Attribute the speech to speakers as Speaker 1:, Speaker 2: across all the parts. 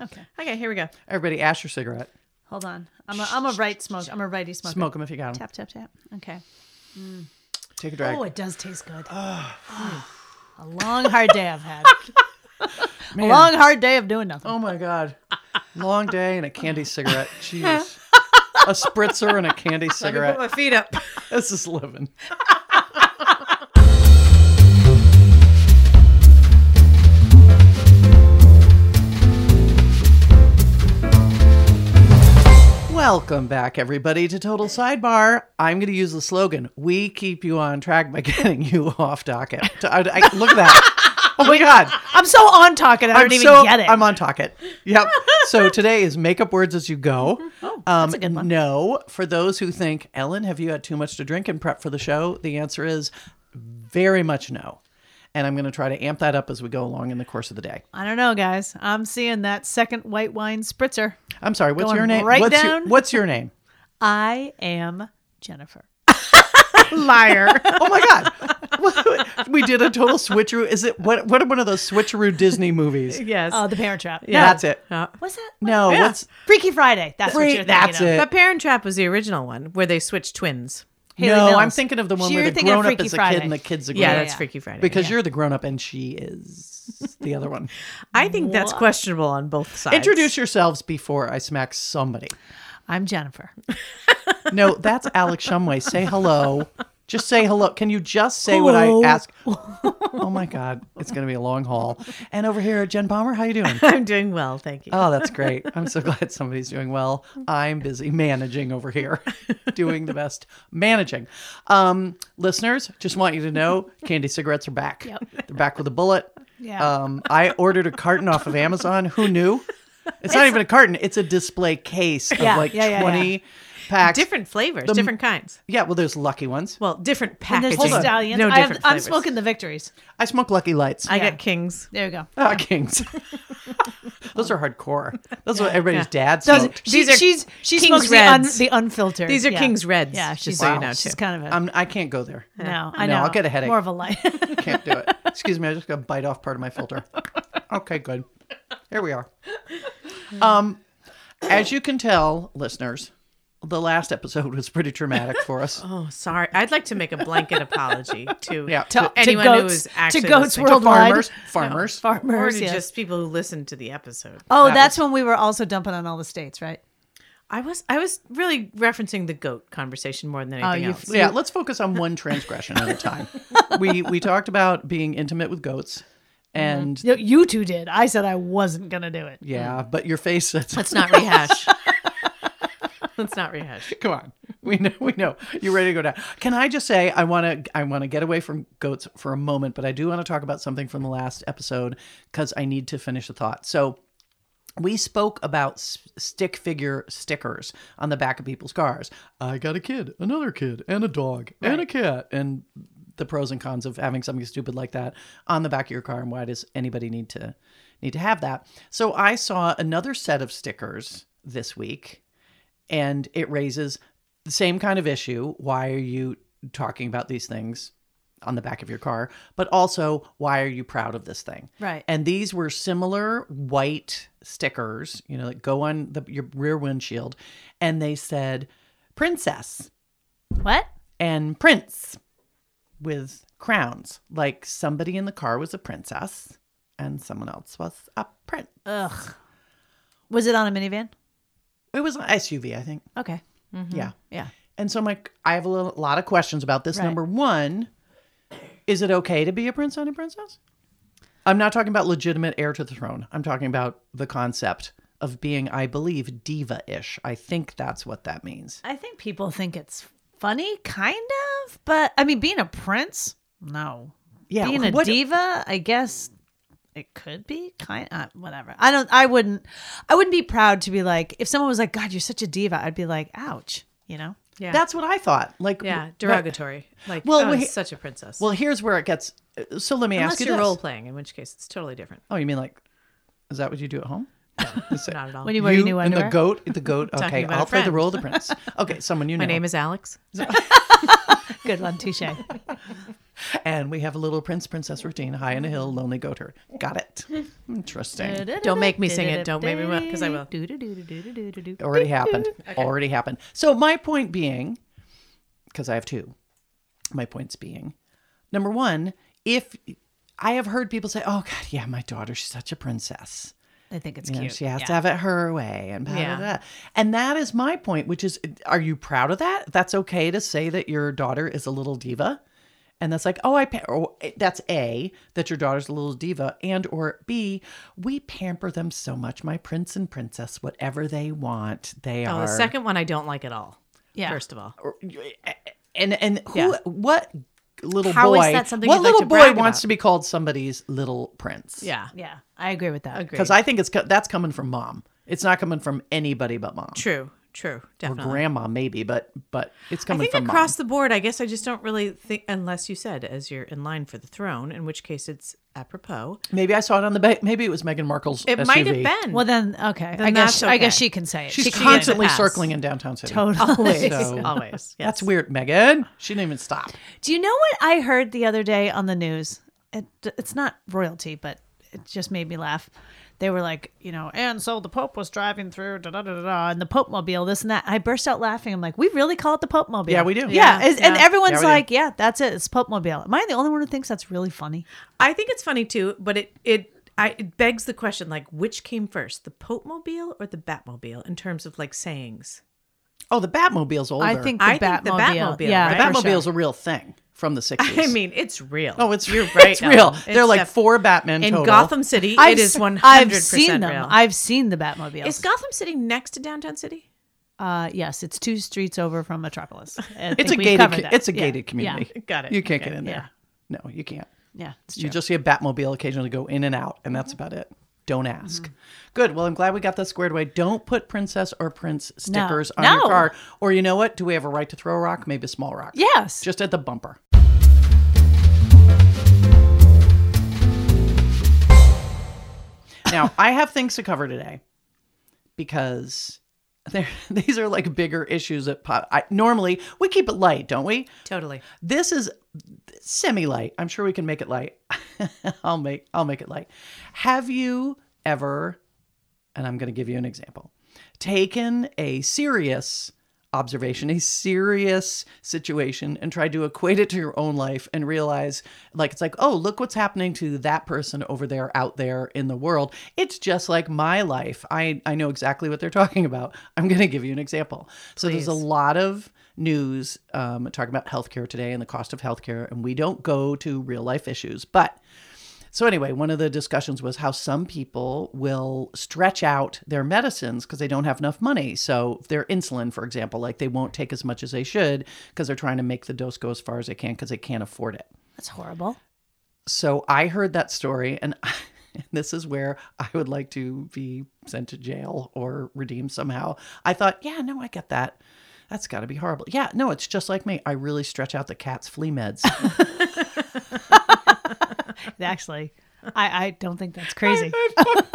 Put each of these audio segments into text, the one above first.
Speaker 1: Okay.
Speaker 2: Okay, here we go.
Speaker 1: Everybody, ash your cigarette.
Speaker 2: Hold on. I'm a, I'm a right smoke. I'm a righty smoker.
Speaker 1: Smoke them if you got them.
Speaker 2: Tap, tap, tap. Okay.
Speaker 1: Take a drag.
Speaker 2: Oh, it does taste good. Mm. a long, hard day I've had. a
Speaker 1: Man.
Speaker 2: long, hard day of doing nothing.
Speaker 1: Oh my god. Long day and a candy cigarette. Jeez. A spritzer and a candy
Speaker 3: Let me put
Speaker 1: cigarette.
Speaker 3: my feet up.
Speaker 1: This is living. Welcome back, everybody, to Total Sidebar. I'm going to use the slogan We keep you on track by getting you off docket. I, I- look at that. Oh my God.
Speaker 2: I'm so on talking. I don't even
Speaker 1: so-
Speaker 2: get it.
Speaker 1: I'm on Talk It. Yep. so today is make up words as you go.
Speaker 2: Oh,
Speaker 1: um,
Speaker 2: that's a good one.
Speaker 1: No, for those who think, Ellen, have you had too much to drink and prep for the show? The answer is very much no. And I'm going to try to amp that up as we go along in the course of the day.
Speaker 2: I don't know, guys. I'm seeing that second white wine spritzer.
Speaker 1: I'm sorry. What's
Speaker 2: Going
Speaker 1: your name?
Speaker 2: right
Speaker 1: what's, Your,
Speaker 2: down.
Speaker 1: what's your name?
Speaker 2: I am Jennifer.
Speaker 3: Liar.
Speaker 1: Oh my God. we did a total switcheroo. Is it what? What are one of those switcheroo Disney movies?
Speaker 3: yes.
Speaker 2: Oh, the Parent Trap.
Speaker 1: Yeah, that's it.
Speaker 3: Yeah.
Speaker 2: What's that?
Speaker 1: No,
Speaker 3: Yeah.
Speaker 1: what's
Speaker 2: Freaky Friday. That's what
Speaker 1: Freak-
Speaker 2: you're thinking
Speaker 1: that's
Speaker 2: of.
Speaker 1: it.
Speaker 3: But Parent Trap was the original one where they switched twins.
Speaker 2: Haley
Speaker 1: no? I'm
Speaker 2: Mills.
Speaker 1: thinking of the one
Speaker 2: She-
Speaker 1: where
Speaker 2: you're
Speaker 1: the
Speaker 2: thinking of
Speaker 1: grown up
Speaker 2: Freaky
Speaker 1: is a kid
Speaker 2: Friday.
Speaker 1: and the kid's a grown
Speaker 3: Yeah,
Speaker 1: up.
Speaker 3: that's
Speaker 2: yeah.
Speaker 3: Freaky Friday.
Speaker 1: because you're the grown up and she is the other one.
Speaker 3: I think that's questionable on both sides.
Speaker 1: Introduce yourselves before I smack somebody.
Speaker 2: I'm Jennifer.
Speaker 1: No, that's Alex Shumway. Say hello. Just say hello. Can you just say what I ask? Oh my God, it's going to be a long haul. And over here, Jen Palmer, how you doing?
Speaker 3: I'm doing well, thank you.
Speaker 1: Oh, that's great. I'm so glad somebody's doing well. I'm busy managing over here, doing the best managing. Um, listeners, just want you to know candy cigarettes are back.
Speaker 2: Yep.
Speaker 1: They're back with a bullet.
Speaker 2: Yeah.
Speaker 1: Um, I ordered a carton off of Amazon. Who knew? It's, not even a carton, it's a display case of
Speaker 2: Yeah,
Speaker 1: like
Speaker 2: yeah, yeah,
Speaker 1: 20 packs.
Speaker 3: different flavors, different kinds.
Speaker 1: Yeah, well, there's lucky ones.
Speaker 3: Well, different
Speaker 2: And there's
Speaker 3: packaging.
Speaker 2: stallions.
Speaker 3: No
Speaker 2: I have,
Speaker 3: different
Speaker 2: I'm
Speaker 3: flavors.
Speaker 2: smoking the victories.
Speaker 1: I smoke lucky lights.
Speaker 3: I
Speaker 2: Yeah.
Speaker 3: got Kings.
Speaker 2: There you go.
Speaker 1: Ah, kings. Those are hardcore. Those are what everybody's dad
Speaker 2: Those-
Speaker 1: smoked.
Speaker 2: she,
Speaker 3: These are
Speaker 2: she's she
Speaker 3: King's
Speaker 2: smokes the, un,
Speaker 3: Reds.
Speaker 2: the unfiltered.
Speaker 3: These are
Speaker 2: yeah.
Speaker 3: King's Reds.
Speaker 2: Yeah, she's
Speaker 3: just so you know,
Speaker 2: she's
Speaker 3: too.
Speaker 2: kind of a
Speaker 1: I'm, I can't go there.
Speaker 2: no. Um, I
Speaker 1: No,
Speaker 2: know.
Speaker 1: I'll get a headache.
Speaker 2: More of a light.
Speaker 1: Can't do it. Excuse me, I just got to bite off part of my filter. Okay, good. Here we are. Um, as you can tell, listeners, the last episode was pretty traumatic for us.
Speaker 3: Oh, sorry. I'd like to make a blanket apology to,
Speaker 1: Yeah,
Speaker 3: to
Speaker 1: to- to
Speaker 3: anyone
Speaker 2: goats,
Speaker 3: who is
Speaker 2: to
Speaker 3: actually
Speaker 2: goats
Speaker 3: listening.
Speaker 2: world- Worldwide.
Speaker 1: farmers, farmers.
Speaker 3: or
Speaker 2: Farmers.
Speaker 3: to
Speaker 2: yes.
Speaker 3: just people who listen to the episode.
Speaker 2: oh,
Speaker 1: that
Speaker 2: that's when we were also dumping on all the states, right?
Speaker 3: I was I was really referencing the goat conversation more than anything
Speaker 2: Oh, you-
Speaker 3: else.
Speaker 1: yeah, let's focus on one transgression at a time. we we talked about being intimate with goats, and
Speaker 2: You, you two did. I said I wasn't gonna do it.
Speaker 1: yeah, but your face says,
Speaker 3: Let's not rehash. Let's not rehash.
Speaker 1: "Come on, we know, we know, you're ready to go down." Can I just say, I want to I want to get away from goats for a moment, but I do want to talk about something from the last episode because I need to finish the thought. So. we spoke about s- stick figure stickers on the back of people's cars. I got a kid, another kid, and a dog, and a cat, and the pros and cons of having something stupid like that on the back of your car, and why does anybody need to need to have that? So I saw another set of stickers this week, and it raises the same kind of issue. Why are you talking about these things? On the back of your car, but also, why are you proud of this thing?
Speaker 2: Right.
Speaker 1: And these were similar white stickers, you know, that go on the, your rear windshield. And they said princess
Speaker 2: What?
Speaker 1: and prince with crowns. Like somebody in the car was a princess and someone else was a prince.
Speaker 2: Ugh. Was it on a minivan?
Speaker 1: It was an SUV, I think.
Speaker 2: Okay.
Speaker 1: Yeah.
Speaker 2: Yeah.
Speaker 1: And so I'm like, I have a little- lot of questions about this.
Speaker 2: Right.
Speaker 1: Number one, is it okay to be a prince and a princess? I'm not talking about legitimate heir to the throne. I'm talking about the concept of being, I believe, diva ish. I think that's what that means.
Speaker 2: I think people think it's funny, kind of, but I mean, being a prince, no.
Speaker 1: Yeah,
Speaker 2: being a
Speaker 1: what-
Speaker 2: diva, I guess it could be kind of whatever. I don't. I wouldn't. I wouldn't be proud to be like if someone was like, "God, you're such a diva." I'd be like, "Ouch," you know.
Speaker 3: Yeah.
Speaker 1: That's what I thought. Like,
Speaker 3: yeah,
Speaker 1: wh-
Speaker 3: derogatory. Like
Speaker 1: Well,
Speaker 3: well, oh,
Speaker 1: we-
Speaker 3: he's such a princess.
Speaker 1: Well, here's where it gets. So let me
Speaker 3: unless
Speaker 1: ask you
Speaker 3: you're
Speaker 1: this.
Speaker 3: role playing, in which case it's totally different.
Speaker 1: Oh, you mean like, is that what you do at home? Is it-
Speaker 3: Not at all.
Speaker 2: When you wear your new
Speaker 1: and
Speaker 2: underwear,
Speaker 1: the goat, the goat. Okay,
Speaker 3: about a
Speaker 1: I'll play the
Speaker 3: friend.
Speaker 1: role of the prince. Okay, someone you know.
Speaker 3: My name is Alex.
Speaker 2: good one, touche.
Speaker 1: And we have a little prince princess routine. High in a hill, lonely goat herd. Got it. Interesting.
Speaker 3: Don't make me sing it. Don't make me because I will.
Speaker 1: Already happened. Already happened. So my point being, because I have two, my points being, number one, if I have heard people say, "Oh God, yeah, my daughter, she's such a princess."
Speaker 2: I think it's
Speaker 1: You know,
Speaker 2: cute.
Speaker 1: she has to have it her way and blah, blah,
Speaker 3: Yeah.
Speaker 1: blah. and that is my point which is are you proud of that that's okay to say that your daughter is a little diva and that's like oh i pa- or, eh, that's a that your daughter's a little diva and or b we pamper them so much my prince and princess whatever they want they
Speaker 3: Oh,
Speaker 1: are
Speaker 3: the second one I don't like at all.
Speaker 2: Yeah.
Speaker 3: First of all,
Speaker 1: or- and and who
Speaker 3: Yeah.
Speaker 1: what little
Speaker 3: How
Speaker 1: boy
Speaker 3: is that something
Speaker 1: what
Speaker 3: you'd like
Speaker 1: little
Speaker 3: to brag
Speaker 1: boy wants
Speaker 3: about?
Speaker 1: to be called somebody's little prince
Speaker 3: yeah,
Speaker 2: Yeah, I agree with that.
Speaker 3: agree.
Speaker 1: because i think it's co- that's coming from mom it's not coming from anybody but mom
Speaker 3: true, true,
Speaker 1: or
Speaker 3: definitely.
Speaker 1: grandma maybe but but it's
Speaker 3: I
Speaker 1: coming
Speaker 3: think
Speaker 1: from
Speaker 3: across
Speaker 1: mom.
Speaker 3: the board, I guess I just don't really think, unless you said, as you're in line for the throne, in which case it's apropos.
Speaker 1: maybe i saw it on the ba- maybe it was meghan markle's
Speaker 3: It
Speaker 1: SUV.
Speaker 3: might have been.
Speaker 2: Well, then, okay. I
Speaker 3: Then
Speaker 2: guess
Speaker 3: that's
Speaker 2: I guess
Speaker 3: okay.
Speaker 2: she can say it.
Speaker 1: she's
Speaker 2: she can
Speaker 1: constantly
Speaker 3: pass.
Speaker 1: circling in downtown city
Speaker 2: totally.
Speaker 1: So-
Speaker 3: always.
Speaker 1: that's
Speaker 3: Yes.
Speaker 1: weird meghan she didn't even stop
Speaker 2: Do you know what I heard the other day on the news? It, it's not royalty, but it just made me laugh. They were like, you know, and so the Pope was driving through, da da da da, da, and the Pope mobile, this and that. I burst out laughing. I'm like, we really call it the Pope mobile.
Speaker 1: Yeah, we do.
Speaker 2: Yeah,
Speaker 3: Yeah,
Speaker 2: is- and
Speaker 3: yeah.
Speaker 1: Yeah,
Speaker 2: everyone's
Speaker 1: we do.
Speaker 2: like, yeah, that's it. It's Pope mobile. Am I the only one who thinks that's really funny?
Speaker 3: I think it's funny too, but it it I, it begs the question like which came first, the Pope Mobile or the Batmobile in terms of like sayings.
Speaker 1: oh the batmobile's older
Speaker 2: I think the
Speaker 3: I think
Speaker 2: Batmobile.
Speaker 3: the Batmobile,
Speaker 2: yeah,
Speaker 1: the
Speaker 3: right?
Speaker 2: for sure.
Speaker 1: batmobile's a real thing from the 60s
Speaker 3: I mean, it's real.
Speaker 1: oh it's
Speaker 3: you're right.
Speaker 1: it's real
Speaker 3: Ellen.
Speaker 1: they're
Speaker 3: It's
Speaker 1: like
Speaker 3: def-
Speaker 1: four batman
Speaker 3: in
Speaker 1: total.
Speaker 3: Gotham City.
Speaker 2: I've
Speaker 3: it is
Speaker 2: se-
Speaker 3: one hundred
Speaker 2: I've seen
Speaker 3: percent
Speaker 2: them.
Speaker 3: real.
Speaker 2: I've seen the Batmobiles.
Speaker 3: Is Gotham City next to downtown city?
Speaker 2: uh, yes, it's two streets over from Metropolis. I
Speaker 1: it's
Speaker 2: think
Speaker 1: a
Speaker 2: we've
Speaker 1: gated
Speaker 2: covered
Speaker 1: co-
Speaker 2: that.
Speaker 1: it's a
Speaker 2: Yeah,
Speaker 1: gated community
Speaker 3: yeah. Got it.
Speaker 1: you can't
Speaker 3: Okay.
Speaker 1: get in there no you can't
Speaker 2: Yeah, Mm-hmm. yeah it's
Speaker 1: you just see a batmobile occasionally go in and out and that's about it don't ask.
Speaker 2: Mm-hmm.
Speaker 1: Good. Well, I'm glad we got that squared away. Don't put princess or prince stickers on your
Speaker 2: No.
Speaker 1: car. Or you know what? Do we have a right to throw a rock? Maybe a small rock.
Speaker 2: Yes.
Speaker 1: Just at the bumper. Now, I have things to cover today because there these are like bigger issues that pop. I, normally, we keep it light, don't we?
Speaker 3: Totally.
Speaker 1: this is semi light. I'm sure we can make it light. I'll make I'll make it light. Have you ever and I'm going to give you an example. Taken a serious observation, a serious situation and tried to equate it to your own life and realize like it's like, "Oh, look what's happening to that person over there out there in the world. It's just like my life. I I know exactly what they're talking about." I'm going to give you an example. So there's a lot of news um, talking about healthcare today and the cost of healthcare, and we don't go to real life issues. But so, anyway, one of the discussions was how some people will stretch out their medicines because they don't have enough money. So, if their insulin, for example, like they won't take as much as they should because they're trying to make the dose go as far as they can because they can't afford it.
Speaker 2: That's horrible.
Speaker 1: So I heard that story, and this is where I would like to be sent to jail or redeemed somehow. I thought, yeah, no, I get that. That's got to be horrible. Yeah, no, it's just like me. I really stretch out the cat's flea meds.
Speaker 2: Actually, I, I don't think that's crazy.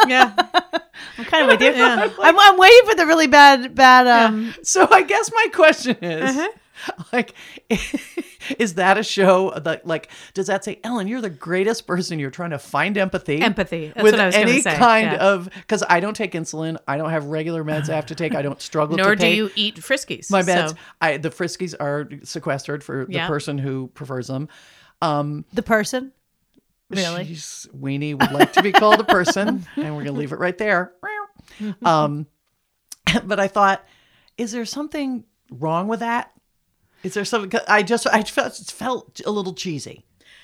Speaker 3: Yeah.
Speaker 2: I'm kind of with you. I'm, I'm waiting for the really bad, bad. Um,
Speaker 1: so I guess my question is,
Speaker 3: Uh-huh.
Speaker 1: like, is that a show that, like, does that say, Ellen, you're the greatest person? You're trying to find empathy.
Speaker 3: Empathy. That's
Speaker 1: with
Speaker 3: what I was gonna
Speaker 1: any
Speaker 3: say.
Speaker 1: kind
Speaker 3: Yeah.
Speaker 1: of because I don't take insulin. I don't have regular meds I have to take. I don't struggle.
Speaker 3: Nor
Speaker 1: to
Speaker 3: do
Speaker 1: pay.
Speaker 3: you eat friskies.
Speaker 1: My meds,
Speaker 3: so-
Speaker 1: I the Friskies are sequestered for the
Speaker 3: Yeah.
Speaker 1: person who prefers them.
Speaker 2: The person, really.
Speaker 1: She's, Weenie would like to be called a person, and we're gonna leave it right there. um, but I thought, is there something wrong with that? Is there something? 'cause I just I felt, felt a little cheesy,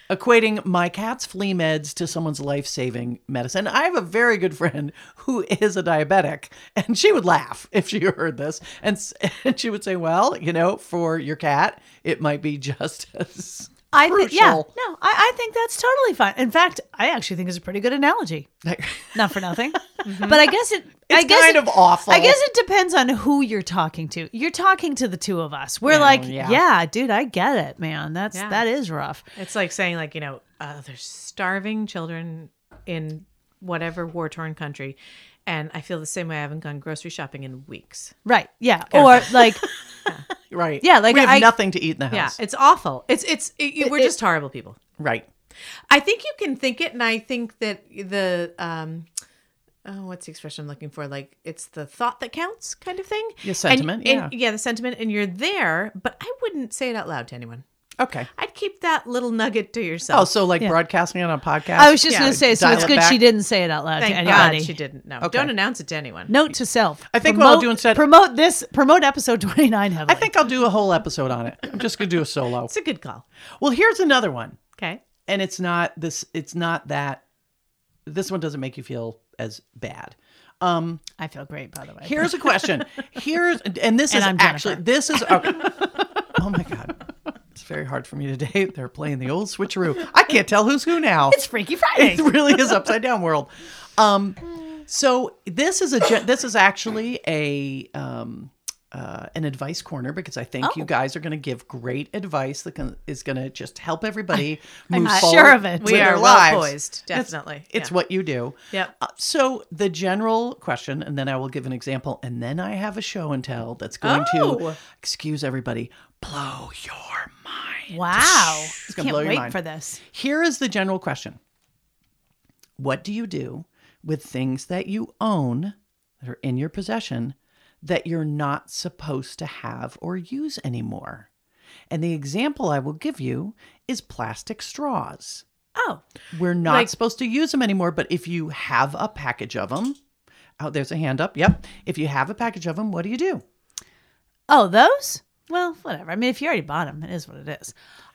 Speaker 1: equating my cat's flea meds to someone's life saving medicine. I have a very good friend who is a diabetic, and she would laugh if she heard this, and, s- and she would say, "Well, you know, for your cat, it might be just as."
Speaker 2: I think, yeah,
Speaker 1: crucial."
Speaker 2: no, I, I think that's totally fine. In fact, I actually think it's a pretty good analogy. Not for nothing, but I guess it. I
Speaker 1: Mm-hmm. It's
Speaker 2: guess
Speaker 1: kind
Speaker 2: it-
Speaker 1: of awful.
Speaker 2: I guess it depends on who you're talking to. You're talking to the two of us. We're like,
Speaker 1: yeah.
Speaker 2: yeah. dude, I get it, man. That's
Speaker 3: Yeah.
Speaker 2: that is rough.
Speaker 3: It's like saying, like, you know, uh, there's starving children in whatever war torn country. And I feel the same way. I haven't gone grocery shopping in weeks.
Speaker 2: Right? Yeah. Or like,
Speaker 1: Right.
Speaker 2: Yeah, like,
Speaker 1: we have
Speaker 2: I-
Speaker 1: nothing to eat in the
Speaker 3: Yeah,
Speaker 1: house.
Speaker 3: it's awful. It's it's it, you- we're just horrible people.
Speaker 1: Right.
Speaker 3: I think you can think it, and I think that the um, oh, what's the expression I'm looking for? Like it's the thought that counts, kind of thing.
Speaker 1: Your sentiment,
Speaker 3: and, and- yeah, the sentiment, and you're there. But I wouldn't say it out loud to anyone.
Speaker 1: Okay.
Speaker 3: I'd keep that little nugget to yourself.
Speaker 1: Oh, so like broadcasting on a podcast.
Speaker 2: I was just
Speaker 3: Yeah.
Speaker 2: going to say, so
Speaker 1: Dial
Speaker 2: it's
Speaker 1: it
Speaker 2: good
Speaker 1: back.
Speaker 2: she didn't say it out loud
Speaker 3: Thank
Speaker 2: to
Speaker 3: God
Speaker 2: anybody.
Speaker 3: she didn't. No, don't announce it to anyone.
Speaker 2: Note to self.
Speaker 1: I think what
Speaker 2: promote,
Speaker 1: I'll do instead-
Speaker 2: promote this, promote episode 29 heavily.
Speaker 1: I think I'll do a whole episode on it. I'm just gonna do a solo.
Speaker 3: It's a good call.
Speaker 1: Well, here's another one,
Speaker 3: Okay.
Speaker 1: and it's not this. It's not that. This one doesn't make you feel as bad. Um,
Speaker 2: I feel great, by the way.
Speaker 1: here's a question. Here's and this
Speaker 2: And
Speaker 1: is
Speaker 2: I'm Jennifer.
Speaker 1: actually this is. Okay. oh my god, it's very hard for me today. They're playing the old switcheroo. I can't tell who's who now.
Speaker 2: it's Freaky Friday.
Speaker 1: it really is upside down world. Um, so this is a gen- this is actually a um, uh, an advice corner because I think
Speaker 2: Oh.
Speaker 1: you guys are going to give great advice that can, is going to just help everybody move
Speaker 2: I'm
Speaker 1: forward.
Speaker 2: sure of it.
Speaker 1: with
Speaker 3: We
Speaker 1: their
Speaker 3: are
Speaker 1: lives.
Speaker 3: well poised. Definitely.
Speaker 1: It's
Speaker 3: Yeah.
Speaker 1: what you do.
Speaker 3: Yep.
Speaker 1: Uh, so the general question, and then I will give an example, and then I have a show and tell that's going
Speaker 3: Oh.
Speaker 1: to excuse everybody, blow your mind.
Speaker 2: Wow.
Speaker 1: It's gonna
Speaker 2: Can't
Speaker 1: blow your
Speaker 2: wait
Speaker 1: mind.
Speaker 2: for this.
Speaker 1: Here is the general question What do you do with things that you own that are in your possession that you're not supposed to have or use anymore? And the example I will give you is plastic straws.
Speaker 2: Oh,
Speaker 1: We're not
Speaker 3: Like-
Speaker 1: supposed to use them anymore, but if you have a package of them, oh, there's a hand up. Yep. If you have a package of them, what do you do?
Speaker 2: oh, those? Well, whatever. I mean, if you already bought them, it is what it is.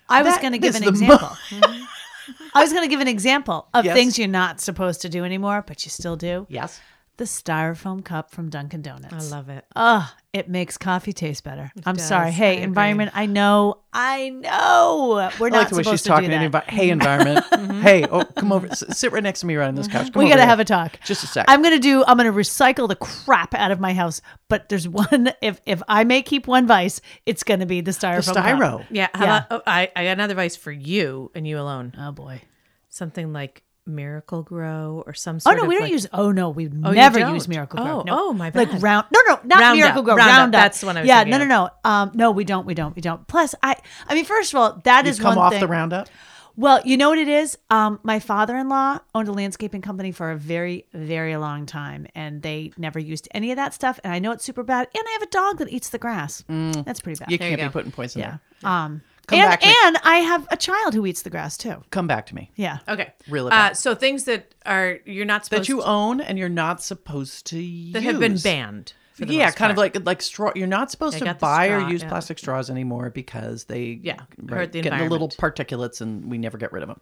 Speaker 2: I was
Speaker 1: That
Speaker 2: going to give
Speaker 1: is
Speaker 2: an
Speaker 1: the mo-
Speaker 2: example. I was going to give an example of
Speaker 1: Yes.
Speaker 2: things you're not supposed to do anymore, but you still do.
Speaker 1: Yes.
Speaker 2: The styrofoam cup from Dunkin' Donuts.
Speaker 3: I love it.
Speaker 2: Ugh, it makes coffee taste better. I'm
Speaker 3: does.
Speaker 2: sorry. Hey,
Speaker 3: I
Speaker 2: environment, I know, I know. We're
Speaker 1: I like
Speaker 2: not
Speaker 1: the way
Speaker 2: supposed
Speaker 1: she's
Speaker 2: to
Speaker 1: talking.
Speaker 2: do
Speaker 1: to the
Speaker 2: that.
Speaker 1: envi- hey, environment.
Speaker 3: Mm-hmm.
Speaker 1: Hey, oh, come over. S- sit right next to me right on this couch. Come
Speaker 2: We
Speaker 1: over
Speaker 2: gotta
Speaker 1: here.
Speaker 2: have a talk.
Speaker 1: Just a sec.
Speaker 2: I'm gonna do. I'm gonna recycle the crap out of my house. But there's one. If if I may keep one vice, it's gonna be the styrofoam. cup.
Speaker 1: Styro.
Speaker 3: Yeah. How
Speaker 2: Yeah.
Speaker 3: About, oh, I, I got another advice for you and you alone.
Speaker 2: Oh boy.
Speaker 3: Something like Miracle Grow or some
Speaker 2: Oh
Speaker 3: sort
Speaker 2: no,
Speaker 3: of
Speaker 2: we don't
Speaker 3: like-
Speaker 2: use. Oh no, we
Speaker 3: you
Speaker 2: never
Speaker 3: don't?
Speaker 2: use Miracle Grow.
Speaker 3: Oh,
Speaker 2: no.
Speaker 3: oh, my
Speaker 2: Like
Speaker 3: bad.
Speaker 2: round. No, no, not
Speaker 3: Roundup,
Speaker 2: Miracle Grow.
Speaker 3: Roundup,
Speaker 2: Roundup.
Speaker 3: that's the one I was
Speaker 2: Yeah.
Speaker 3: thinking
Speaker 2: No,
Speaker 3: of.
Speaker 2: no, no. Um, no, we don't. We don't. We don't. Plus, I. I mean, first of all, that is
Speaker 1: You've come
Speaker 2: one
Speaker 1: off
Speaker 2: thing.
Speaker 1: the roundup.
Speaker 2: Well, you know what it is? Um, my father in law owned a landscaping company for a very, very long time, and they never used any of that stuff. And I know it's super bad. And I have a dog that eats the grass.
Speaker 3: Mm.
Speaker 2: That's pretty bad.
Speaker 1: You
Speaker 3: you
Speaker 1: can't be
Speaker 3: go.
Speaker 1: putting poison
Speaker 2: yeah.
Speaker 1: there.
Speaker 2: Um,
Speaker 1: Come
Speaker 2: and
Speaker 1: back to-
Speaker 2: and I have a child who eats the grass too.
Speaker 1: Come back to me.
Speaker 2: Yeah.
Speaker 3: Okay.
Speaker 1: Really
Speaker 3: Uh,
Speaker 1: bad.
Speaker 3: so things that are you're not supposed
Speaker 1: That you
Speaker 3: to,
Speaker 1: own and you're not supposed to use.
Speaker 3: that have been banned. For the
Speaker 1: yeah,
Speaker 3: most
Speaker 1: kind
Speaker 3: part.
Speaker 1: of like like straw. You're not supposed to
Speaker 3: got the
Speaker 1: buy
Speaker 3: straw,
Speaker 1: or use
Speaker 3: yeah.
Speaker 1: plastic straws anymore because they
Speaker 3: Yeah,
Speaker 1: right,
Speaker 3: hurt the
Speaker 1: get in the little
Speaker 3: environment.
Speaker 1: particulates and we never get rid of them.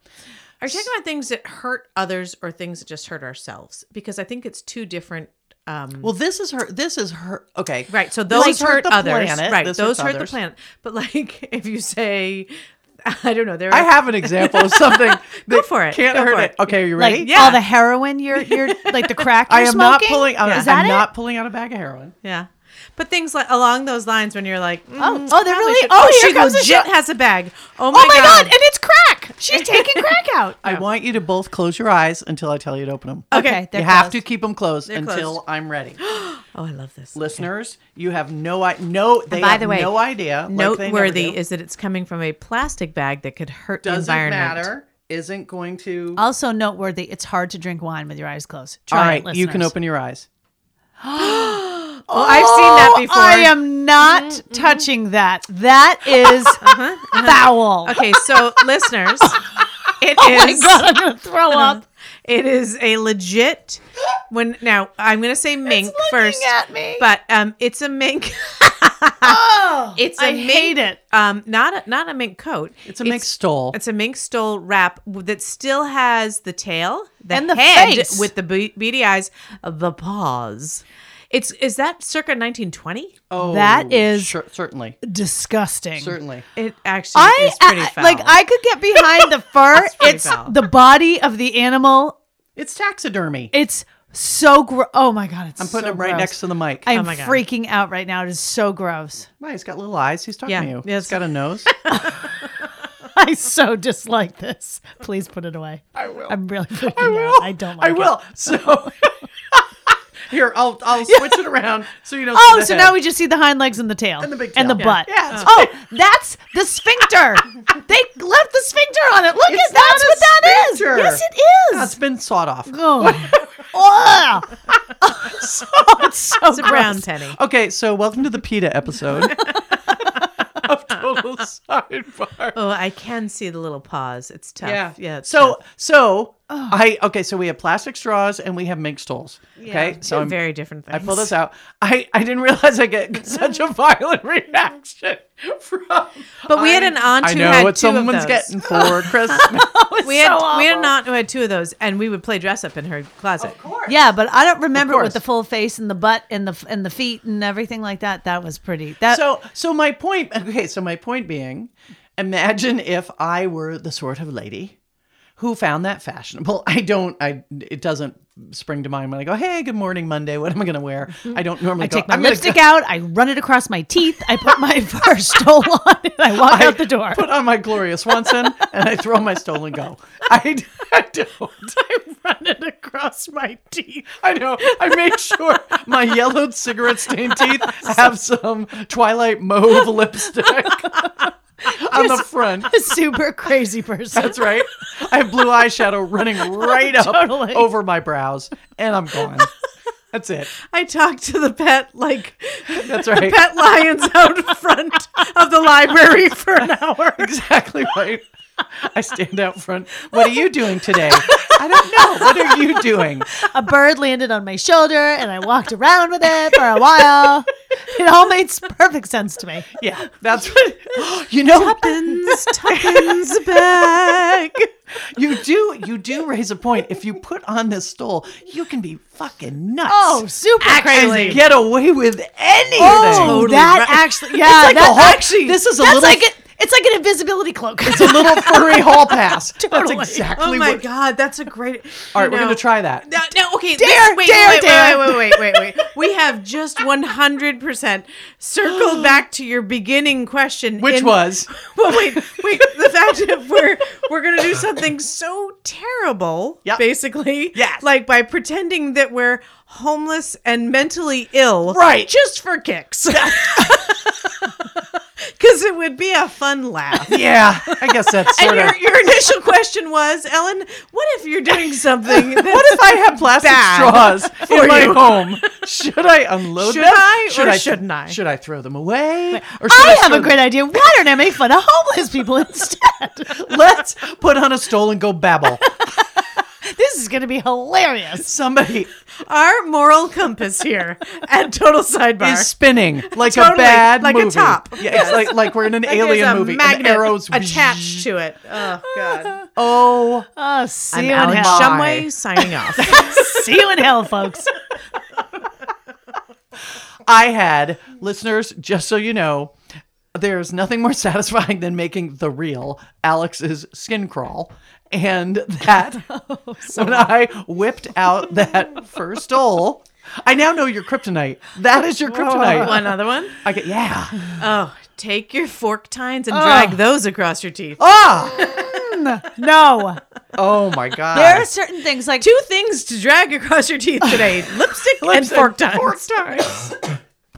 Speaker 3: Are you talking about things that hurt others or things that just hurt ourselves? Because I think it's two different. Um,
Speaker 1: Well, this is her. This is her. Okay,
Speaker 3: right. So
Speaker 1: This
Speaker 3: those
Speaker 1: has hurt
Speaker 3: hurt,
Speaker 1: the
Speaker 3: others.
Speaker 1: planet,
Speaker 3: Right.
Speaker 1: this
Speaker 3: Those
Speaker 1: hurts
Speaker 3: hurt the
Speaker 1: others.
Speaker 3: planet. But like, if you say, I don't know, there. Are,
Speaker 1: I have an example of something. That
Speaker 3: Go for it.
Speaker 1: Can't
Speaker 3: Go
Speaker 1: hurt
Speaker 3: for
Speaker 1: it.
Speaker 3: it.
Speaker 1: Okay, are you ready?
Speaker 2: Like
Speaker 3: Yeah.
Speaker 2: all the heroin you're you're like the crack you're
Speaker 1: I am
Speaker 2: smoking.
Speaker 1: not pulling. I'm,
Speaker 2: Is that
Speaker 1: I'm
Speaker 2: it?
Speaker 1: not pulling out a bag of heroin.
Speaker 3: Yeah. But things like along those lines when you're like,
Speaker 2: Oh,
Speaker 3: mm,
Speaker 2: oh, they're
Speaker 3: probably
Speaker 2: really-
Speaker 3: should-
Speaker 2: oh,
Speaker 3: oh,
Speaker 2: here
Speaker 3: she
Speaker 2: comes a
Speaker 3: legit
Speaker 2: shot.
Speaker 3: has a bag. Oh my,
Speaker 2: Oh my god!
Speaker 3: god.
Speaker 2: And it's crack. She's taking crack out.
Speaker 3: Oh.
Speaker 1: I want you to both close your eyes until I tell you to open them.
Speaker 2: Okay,
Speaker 1: you
Speaker 2: they're
Speaker 1: have to
Speaker 2: closed.
Speaker 1: keep them closed
Speaker 3: They're
Speaker 1: until
Speaker 3: closed.
Speaker 1: I'm ready.
Speaker 3: Oh, I love this.
Speaker 1: Listeners, you have no i no. They
Speaker 3: By
Speaker 1: have
Speaker 3: the way,
Speaker 1: no idea. like they never do.
Speaker 3: Noteworthy is that it's coming from a plastic bag that could hurt
Speaker 1: doesn't
Speaker 3: the environment.
Speaker 1: matter. Isn't going to.
Speaker 2: Also noteworthy, it's hard to drink wine with your eyes closed. Try
Speaker 1: All
Speaker 2: it,
Speaker 1: right, you
Speaker 2: listeners.
Speaker 1: can open your eyes.
Speaker 3: Oh, I've seen that
Speaker 2: Oh,
Speaker 3: before.
Speaker 2: I am not touching that. That is uh-huh. foul.
Speaker 3: Okay, so listeners, it
Speaker 2: My
Speaker 3: is
Speaker 2: God, I'm gonna throw up.
Speaker 3: it is a legit when now I'm gonna say mink first.
Speaker 2: at me.
Speaker 3: But um it's a mink
Speaker 2: Oh,
Speaker 3: it's a
Speaker 2: I
Speaker 3: mink,
Speaker 2: hate it.
Speaker 3: Um not a not a mink coat.
Speaker 1: It's a mixed stole.
Speaker 3: It's a mink stole wrap that still has the tail, the
Speaker 2: And the
Speaker 3: head
Speaker 2: face.
Speaker 3: with the be- beady eyes, the paws. It's is that circa 1920?
Speaker 1: oh,
Speaker 2: that is-
Speaker 1: cer- certainly,
Speaker 2: Disgusting.
Speaker 1: certainly.
Speaker 3: It actually
Speaker 2: I
Speaker 3: is pretty
Speaker 2: I-
Speaker 3: foul.
Speaker 2: like. I could get behind the fur. it's
Speaker 3: pretty foul.
Speaker 2: the body of the animal.
Speaker 1: It's taxidermy.
Speaker 2: It's so gross. Oh my god! It's
Speaker 1: I'm putting
Speaker 2: so
Speaker 1: him right
Speaker 2: gross.
Speaker 1: next to the mic.
Speaker 2: I'm
Speaker 3: Oh my God.
Speaker 2: freaking out right now. It is so gross.
Speaker 1: Why? He's got little eyes. He's talking
Speaker 3: Yeah,
Speaker 1: to you.
Speaker 3: yes.
Speaker 1: He's got a nose.
Speaker 2: I so dislike this. Please put it away. I will. I'm really freaking I
Speaker 1: I
Speaker 2: will.
Speaker 1: will.
Speaker 2: out. I don't
Speaker 1: I
Speaker 2: like it.
Speaker 1: will. So Here, I'll I'll switch it around so you know.
Speaker 2: Oh, so now we just see the hind legs and the tail
Speaker 1: And the big
Speaker 2: and the
Speaker 1: tail.
Speaker 2: butt.
Speaker 1: Yeah, it's
Speaker 2: Oh, that's the sphincter. they left the sphincter on it. Look,
Speaker 1: It's
Speaker 2: at that's
Speaker 1: not
Speaker 2: what
Speaker 1: a
Speaker 2: that is.
Speaker 1: sphincter.
Speaker 2: Yes, it
Speaker 1: That's
Speaker 2: is.
Speaker 1: been sawed off.
Speaker 2: Oh, Ugh. oh, it's so
Speaker 3: It's a brown
Speaker 2: gross.
Speaker 3: penny.
Speaker 1: Okay, so welcome to the PETA episode of Total Sidebar.
Speaker 3: Oh, I can see the little paws. It's tough. Yeah. it's
Speaker 1: So
Speaker 3: tough.
Speaker 1: so I okay. So we have plastic straws and we have mink tools. Okay. so
Speaker 3: Two
Speaker 1: I'm,
Speaker 3: very different things.
Speaker 1: I pull this out. I I didn't realize I get such a violent reaction from.
Speaker 3: But we had an aunt
Speaker 1: I
Speaker 3: who
Speaker 1: know
Speaker 3: had
Speaker 1: what
Speaker 3: two of
Speaker 1: someone's
Speaker 3: those.
Speaker 1: getting for Christmas.
Speaker 3: we had
Speaker 2: so
Speaker 3: we had
Speaker 2: awful.
Speaker 3: an aunt who had two of those, and we would play dress up in her closet.
Speaker 1: Oh.
Speaker 3: Of course.
Speaker 2: Yeah, but I don't remember
Speaker 1: course.
Speaker 2: with the full face and the butt and the and the feet and everything like that. That was pretty. That
Speaker 1: so so my point okay so my point being imagine if i were the sort of lady who found that fashionable i don't i it doesn't spring to mind when i go hey good morning monday what am i going to wear i don't normally
Speaker 2: Mm-hmm. I
Speaker 1: go,
Speaker 2: take my
Speaker 1: "I'm gonna
Speaker 2: lipstick
Speaker 1: go-
Speaker 2: out. I run it across my teeth. I put my first stole on, and I walk
Speaker 1: I
Speaker 2: out the door.
Speaker 1: put on my gloria swanson and i throw my stole and go i, I don't
Speaker 3: I run it across my teeth.
Speaker 1: I know. I make sure my yellowed cigarette stained teeth have some twilight mauve lipstick on the front.
Speaker 2: a super crazy person.
Speaker 1: That's right. I have blue eyeshadow running
Speaker 3: Oh,
Speaker 1: right up
Speaker 2: Totally.
Speaker 1: over my brows, and I'm gone. That's it.
Speaker 3: I talked to the pet like
Speaker 1: That's right.
Speaker 3: pet lions out front of the library for an hour.
Speaker 1: Exactly right. I stand out front. What are you doing today? I don't know. What are you doing?
Speaker 2: a bird landed on my shoulder, and I walked around with it for a while. It all made s- perfect sense to me.
Speaker 1: Yeah, that's what you know.
Speaker 3: Tuppence, tuppence back.
Speaker 1: You do. You do raise a point. If you put on this stole, you can be fucking nuts.
Speaker 2: Oh, super
Speaker 1: and
Speaker 2: crazy.
Speaker 1: get away with anything.
Speaker 2: Oh,
Speaker 3: Totally
Speaker 2: that
Speaker 3: right.
Speaker 2: actually, yeah,
Speaker 1: like a
Speaker 2: that
Speaker 1: whole-
Speaker 2: actually.
Speaker 1: this is a
Speaker 2: that's
Speaker 1: little-
Speaker 2: Like a, it's like an invisibility cloak.
Speaker 1: It's a little furry hall pass. That's
Speaker 2: Totally.
Speaker 1: exactly
Speaker 3: Oh my
Speaker 1: what.
Speaker 3: god, that's a great.
Speaker 1: All right,
Speaker 3: you
Speaker 1: we're
Speaker 3: know-
Speaker 1: gonna try that.
Speaker 3: No, no, okay.
Speaker 2: Dare,
Speaker 3: this, wait,
Speaker 2: dare,
Speaker 3: wait,
Speaker 2: dare.
Speaker 3: wait, wait, wait, wait, wait. We have just 100% circled back to your beginning question.
Speaker 1: Which
Speaker 3: in-
Speaker 1: was?
Speaker 3: Well, wait, wait. The fact that we're, we're going to do something so terrible,
Speaker 1: Yep.
Speaker 3: basically.
Speaker 1: Yes.
Speaker 3: Like by pretending that we're homeless and mentally ill.
Speaker 1: Right.
Speaker 3: Just for kicks. Because it would be a fun laugh.
Speaker 1: Yeah, I guess that's
Speaker 3: And
Speaker 1: sort of.
Speaker 3: your, your initial question was, Ellen, what if you're doing something that's
Speaker 1: What if I have plastic
Speaker 3: bad
Speaker 1: straws in my
Speaker 3: you?
Speaker 1: home? Should I unload
Speaker 3: Should
Speaker 1: them?
Speaker 3: I or shouldn't I?
Speaker 1: Should I throw them away? Or should
Speaker 2: I have
Speaker 1: throw
Speaker 2: a great idea. Why don't I make fun of homeless people instead?
Speaker 1: them- Let's put on a stole and go babble.
Speaker 2: this is going to be hilarious.
Speaker 1: Somebody
Speaker 3: our moral compass here at Total Sidebar.
Speaker 1: is spinning like a
Speaker 3: Totally,
Speaker 1: bad
Speaker 3: like a
Speaker 1: movie.
Speaker 3: top.
Speaker 1: Yeah, it's like like we're in an
Speaker 3: There's
Speaker 1: alien
Speaker 3: a
Speaker 1: movie. and
Speaker 3: magnet
Speaker 1: arrows
Speaker 3: attached to it. Oh God!
Speaker 1: Oh,
Speaker 2: Oh, see you in
Speaker 3: Alan
Speaker 2: hell.
Speaker 3: Shumway signing off.
Speaker 2: see you in hell, folks.
Speaker 1: I had listeners. Just so you know, there's nothing more satisfying than making the real Alex's skin crawl. And that
Speaker 3: Oh,
Speaker 1: when I whipped out that first stole, I now know your kryptonite. That is your kryptonite.
Speaker 3: one other one.
Speaker 1: I get yeah.
Speaker 3: Oh, take your fork tines and drag those across your teeth.
Speaker 1: Ah.
Speaker 2: No,
Speaker 1: Oh my god.
Speaker 2: there are certain things like
Speaker 3: Two things to drag across your teeth today: lipstick, and fork tines.
Speaker 1: Fork tines.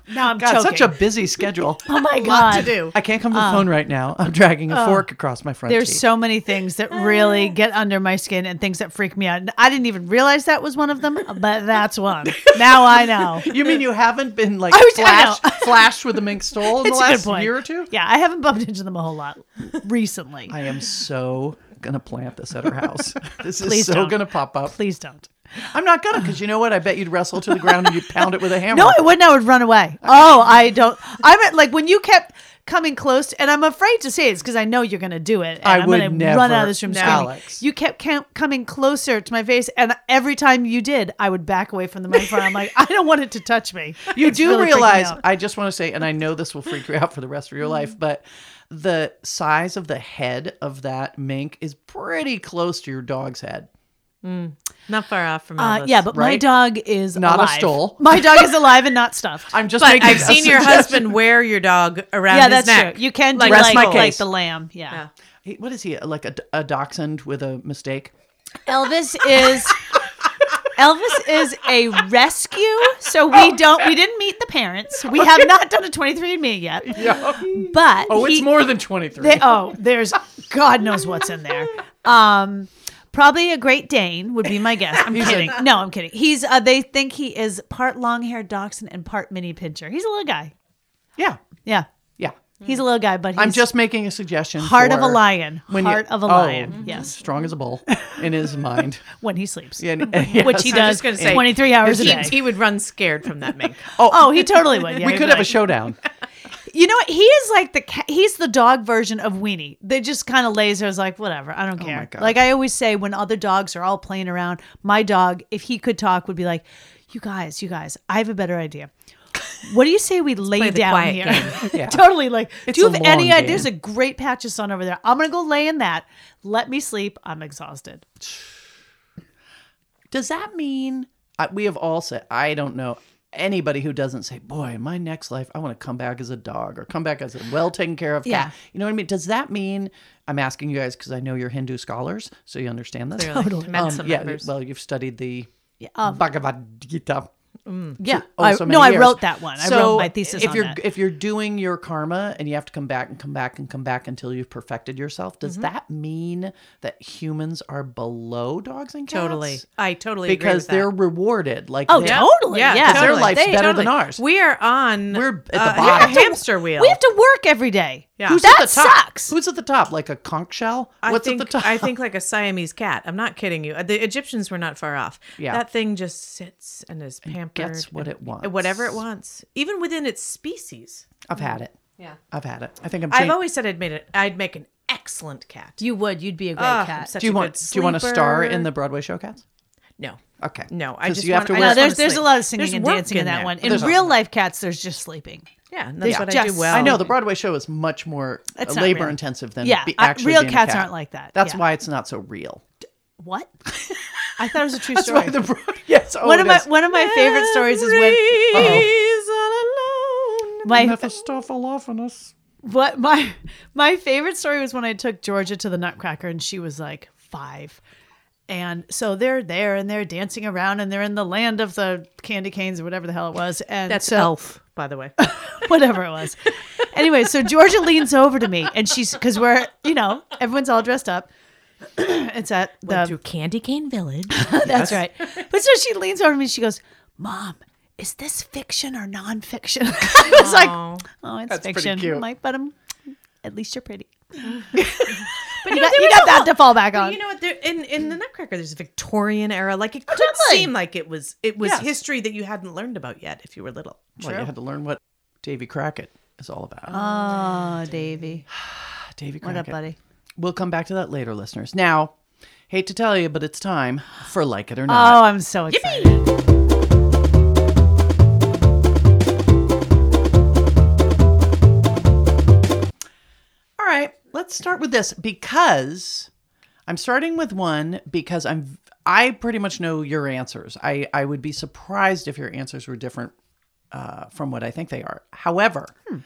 Speaker 2: no, I'm
Speaker 1: God,
Speaker 2: choking.
Speaker 1: such a busy schedule.
Speaker 2: oh my
Speaker 3: Lot to
Speaker 2: god.
Speaker 3: do.
Speaker 1: I can't come to the phone right now. I'm dragging a fork across my front
Speaker 2: There's
Speaker 1: teeth.
Speaker 2: Um, uh, so many things that really get under my skin and things that freak me out. And I didn't even realize that was one of them, but that's one. Now I know.
Speaker 1: you mean you haven't been like
Speaker 2: I was- I
Speaker 1: flashed,
Speaker 2: know.
Speaker 1: flashed with a mink stole in
Speaker 2: It's
Speaker 1: the
Speaker 2: a good
Speaker 1: last
Speaker 2: point.
Speaker 1: year or two?
Speaker 2: Yeah, I haven't bumped into them a whole lot recently.
Speaker 1: I am so gonna plant this at her house. This is
Speaker 2: Please
Speaker 1: so
Speaker 2: don't.
Speaker 1: gonna pop up.
Speaker 2: Please don't.
Speaker 1: I'm not gonna because you know what? I bet you'd wrestle to the ground and you'd pound it with a hammer.
Speaker 2: No, I wouldn't. I would run away. Oh, I don't. I'm at, like when you kept coming close, and I'm afraid to say it's because I know you're going to do it. And
Speaker 1: I
Speaker 2: am
Speaker 1: would
Speaker 2: gonna
Speaker 1: never,
Speaker 2: run out of this room screaming.
Speaker 1: Alex.
Speaker 2: You kept cam- coming closer to my face, and every time you did, I would back away from the microphone. I'm like, I don't want it to touch me.
Speaker 1: you
Speaker 2: It's
Speaker 1: do
Speaker 2: really freaking me
Speaker 1: realize
Speaker 2: out. Mm-hmm.
Speaker 1: I just want to say, and I know this will freak you out for the rest of your life, but the size of the head of that mink is pretty close to your dog's head.
Speaker 3: Not far off from all
Speaker 2: Uh,
Speaker 3: of
Speaker 2: yeah,
Speaker 3: us.
Speaker 2: but my
Speaker 1: right?
Speaker 2: dog is
Speaker 1: Not a
Speaker 2: alive.
Speaker 1: stole.
Speaker 2: My dog is alive and not stuffed.
Speaker 1: I'm just
Speaker 3: But
Speaker 1: making
Speaker 3: I've
Speaker 1: a
Speaker 3: seen your
Speaker 1: suggestion.
Speaker 3: husband wear your dog around
Speaker 2: yeah,
Speaker 3: his
Speaker 2: that's
Speaker 3: neck.
Speaker 2: true. You can do
Speaker 3: Like
Speaker 2: like,
Speaker 1: Rest my
Speaker 2: like
Speaker 1: case.
Speaker 2: the lamb. Yeah.
Speaker 1: He- What is he? Like a, a dachshund with a mistake?
Speaker 2: Elvis is Elvis is a rescue, so
Speaker 1: Oh.
Speaker 2: we don't we didn't meet the parents. We have not done a 23andme yet.
Speaker 1: Yeah.
Speaker 2: But
Speaker 1: Oh, it's
Speaker 2: he-
Speaker 1: more than 23.
Speaker 2: they- oh, there's God knows what's in there. Um, probably a Great Dane would be my guess. I'm
Speaker 1: a-
Speaker 2: kidding. no, I'm kidding. He's uh, they think he is part long-haired dachshund and part mini pincher. He's a little guy.
Speaker 1: yeah.
Speaker 2: Yeah,
Speaker 1: Yeah.
Speaker 2: he's a little guy, but he's
Speaker 1: I'm just making a suggestion.
Speaker 2: heart of a
Speaker 1: for
Speaker 2: lion.
Speaker 1: when you-
Speaker 2: heart of a
Speaker 1: oh,
Speaker 2: lion. Yes,
Speaker 1: Strong as a bull in his mind.
Speaker 2: when he sleeps,
Speaker 1: Yeah, and- yes.
Speaker 2: which he
Speaker 3: I was
Speaker 2: does
Speaker 3: just gonna say,
Speaker 2: 23 hours a
Speaker 3: he,
Speaker 2: day.
Speaker 3: he would run scared from that mink.
Speaker 2: oh, he totally would. Yeah,
Speaker 1: We could have a showdown.
Speaker 2: You know, what? he is like the ca- he's the dog version of Weenie. They just kind of lays there, is like whatever. I don't care.
Speaker 1: Oh God.
Speaker 2: like I always say, when other dogs are all playing around, my dog, if he could talk, would be like, "You guys, you guys, I have a better idea. What do you say we lay
Speaker 3: the
Speaker 2: down
Speaker 3: quiet
Speaker 2: here?
Speaker 3: game."
Speaker 2: totally. Like, do you
Speaker 1: a
Speaker 2: have any
Speaker 1: long
Speaker 2: idea? There's a
Speaker 1: game.
Speaker 2: great patch of sun over there. I'm gonna go lay in that. Let me sleep. I'm exhausted.
Speaker 1: Does that mean I, we have all said, I don't know anybody who doesn't say, boy, in my next life, I want to come back as a dog or come back as a well taken care of cat.
Speaker 2: Yeah.
Speaker 1: You know what I mean? Does that mean, I'm asking you guys because I know you're Hindu scholars, so you understand this.
Speaker 3: They're like Mensa
Speaker 1: Um, yeah,
Speaker 3: members.
Speaker 1: well, you've studied the
Speaker 2: um,
Speaker 1: Bhagavad Gita.
Speaker 2: Yeah.
Speaker 1: oh,
Speaker 2: I,
Speaker 1: so many
Speaker 2: no, I
Speaker 1: years.
Speaker 2: wrote that one. I wrote my thesis
Speaker 1: If
Speaker 2: on
Speaker 1: you're
Speaker 2: that.
Speaker 1: if you're doing your karma and you have to come back and come back and come back until you've perfected yourself, does
Speaker 2: Mm-hmm.
Speaker 1: that mean that humans are below dogs and cats?
Speaker 3: Totally. I totally agree
Speaker 1: Because
Speaker 3: with that.
Speaker 1: they're rewarded. Like
Speaker 2: Oh,
Speaker 1: they-
Speaker 3: Yeah.
Speaker 2: totally.
Speaker 3: Yeah,
Speaker 2: Yeah,
Speaker 3: because
Speaker 1: their life's better than ours.
Speaker 3: We are on.
Speaker 1: We're at the
Speaker 3: uh,
Speaker 1: bottom.
Speaker 3: a hamster wheel.
Speaker 2: We have to work every day.
Speaker 3: Yeah.
Speaker 2: Who's
Speaker 3: Who's
Speaker 2: that
Speaker 1: at the top?
Speaker 2: sucks.
Speaker 1: Who's at the top? Like a conch shell?
Speaker 3: I
Speaker 1: What's
Speaker 3: think,
Speaker 1: at the top?
Speaker 3: I think like a Siamese cat. I'm not kidding you. The Egyptians were not far off.
Speaker 1: Yeah.
Speaker 3: That thing just sits and is pampered.
Speaker 1: gets what
Speaker 3: and-
Speaker 1: it wants.
Speaker 3: Whatever it wants. Even within its species.
Speaker 1: I've had it.
Speaker 3: Yeah.
Speaker 1: I've had it. I think I'm.
Speaker 3: I've
Speaker 1: changing-
Speaker 3: always said I'd made it. I'd make an excellent cat.
Speaker 2: You would. You'd be a great
Speaker 3: Ah, I'm
Speaker 2: cat.
Speaker 3: such
Speaker 1: do you
Speaker 3: a
Speaker 1: want?
Speaker 3: good
Speaker 1: Do you want a star
Speaker 3: sleeper.
Speaker 1: in the Broadway show, cats?
Speaker 3: No.
Speaker 1: Okay.
Speaker 3: No, I
Speaker 1: 'Cause
Speaker 3: just
Speaker 1: you have
Speaker 3: want-
Speaker 1: to
Speaker 3: I
Speaker 1: wear.
Speaker 2: No, there's
Speaker 3: just wanna
Speaker 2: there's a
Speaker 3: sleep.
Speaker 2: lot of singing
Speaker 3: There's
Speaker 2: and
Speaker 3: work
Speaker 2: dancing in
Speaker 3: in
Speaker 2: that
Speaker 3: there.
Speaker 2: one. In
Speaker 1: There's a-
Speaker 2: real life, cats there's just sleeping.
Speaker 3: Yeah. And that's
Speaker 1: Yeah.
Speaker 3: what I do
Speaker 2: Just-
Speaker 3: well.
Speaker 1: I know the Broadway show is much more
Speaker 2: Oh. It's not real.
Speaker 1: labor intensive than
Speaker 2: Yeah,
Speaker 1: be,
Speaker 2: I-
Speaker 1: actually
Speaker 2: real
Speaker 1: being a
Speaker 2: cats
Speaker 1: cat.
Speaker 2: aren't like that.
Speaker 1: That's
Speaker 2: Yeah.
Speaker 1: why it's not so real.
Speaker 2: What? I thought it was a true
Speaker 1: That's why
Speaker 2: story.
Speaker 1: the Broad- yes. Oh,
Speaker 2: one of
Speaker 1: it
Speaker 2: my
Speaker 1: is.
Speaker 2: one of my favorite stories is when my
Speaker 1: Mephistophelophonus.
Speaker 2: what my my favorite story was when I took Georgia to the Nutcracker and she was like five. And so they're there and they're dancing around and they're in the land of the candy canes or whatever the hell it was. And
Speaker 3: That's
Speaker 2: so,
Speaker 3: Elf, by the way.
Speaker 2: whatever it was. Anyway, so Georgia leans over to me and she's because we're you know everyone's all dressed up. it's at the
Speaker 3: Through Candy Cane Village.
Speaker 2: that's right. But so she leans over to me and she goes, "Mom." Is this fiction or nonfiction? I was like,
Speaker 3: Aw.
Speaker 2: oh, it's
Speaker 1: pretty
Speaker 2: fiction.
Speaker 1: cute.
Speaker 2: I'm like, but um, at least you're pretty.
Speaker 3: But
Speaker 2: You got, you got that to fall back on.
Speaker 1: Uh,
Speaker 3: You know what? There, in in the Nutcracker, there's a Victorian era. Like it could
Speaker 2: Totally.
Speaker 3: seem like it was it was
Speaker 1: Yes.
Speaker 3: history that you hadn't learned about yet if you were little.
Speaker 1: Well, you had to learn what Davy Crockett is all about.
Speaker 2: oh, Davy,
Speaker 1: Davy
Speaker 2: what
Speaker 1: Crockett.
Speaker 2: up, buddy?
Speaker 1: We'll come back to that later, listeners. Now, hate to tell you, but it's time for Like It or Not.
Speaker 2: Oh, I'm so excited. Oh.
Speaker 1: All right, let's start with this because I'm starting with one because I'm I pretty much know your answers. I I would be surprised if your answers were different uh, from what I think they are. However,
Speaker 2: Hmm.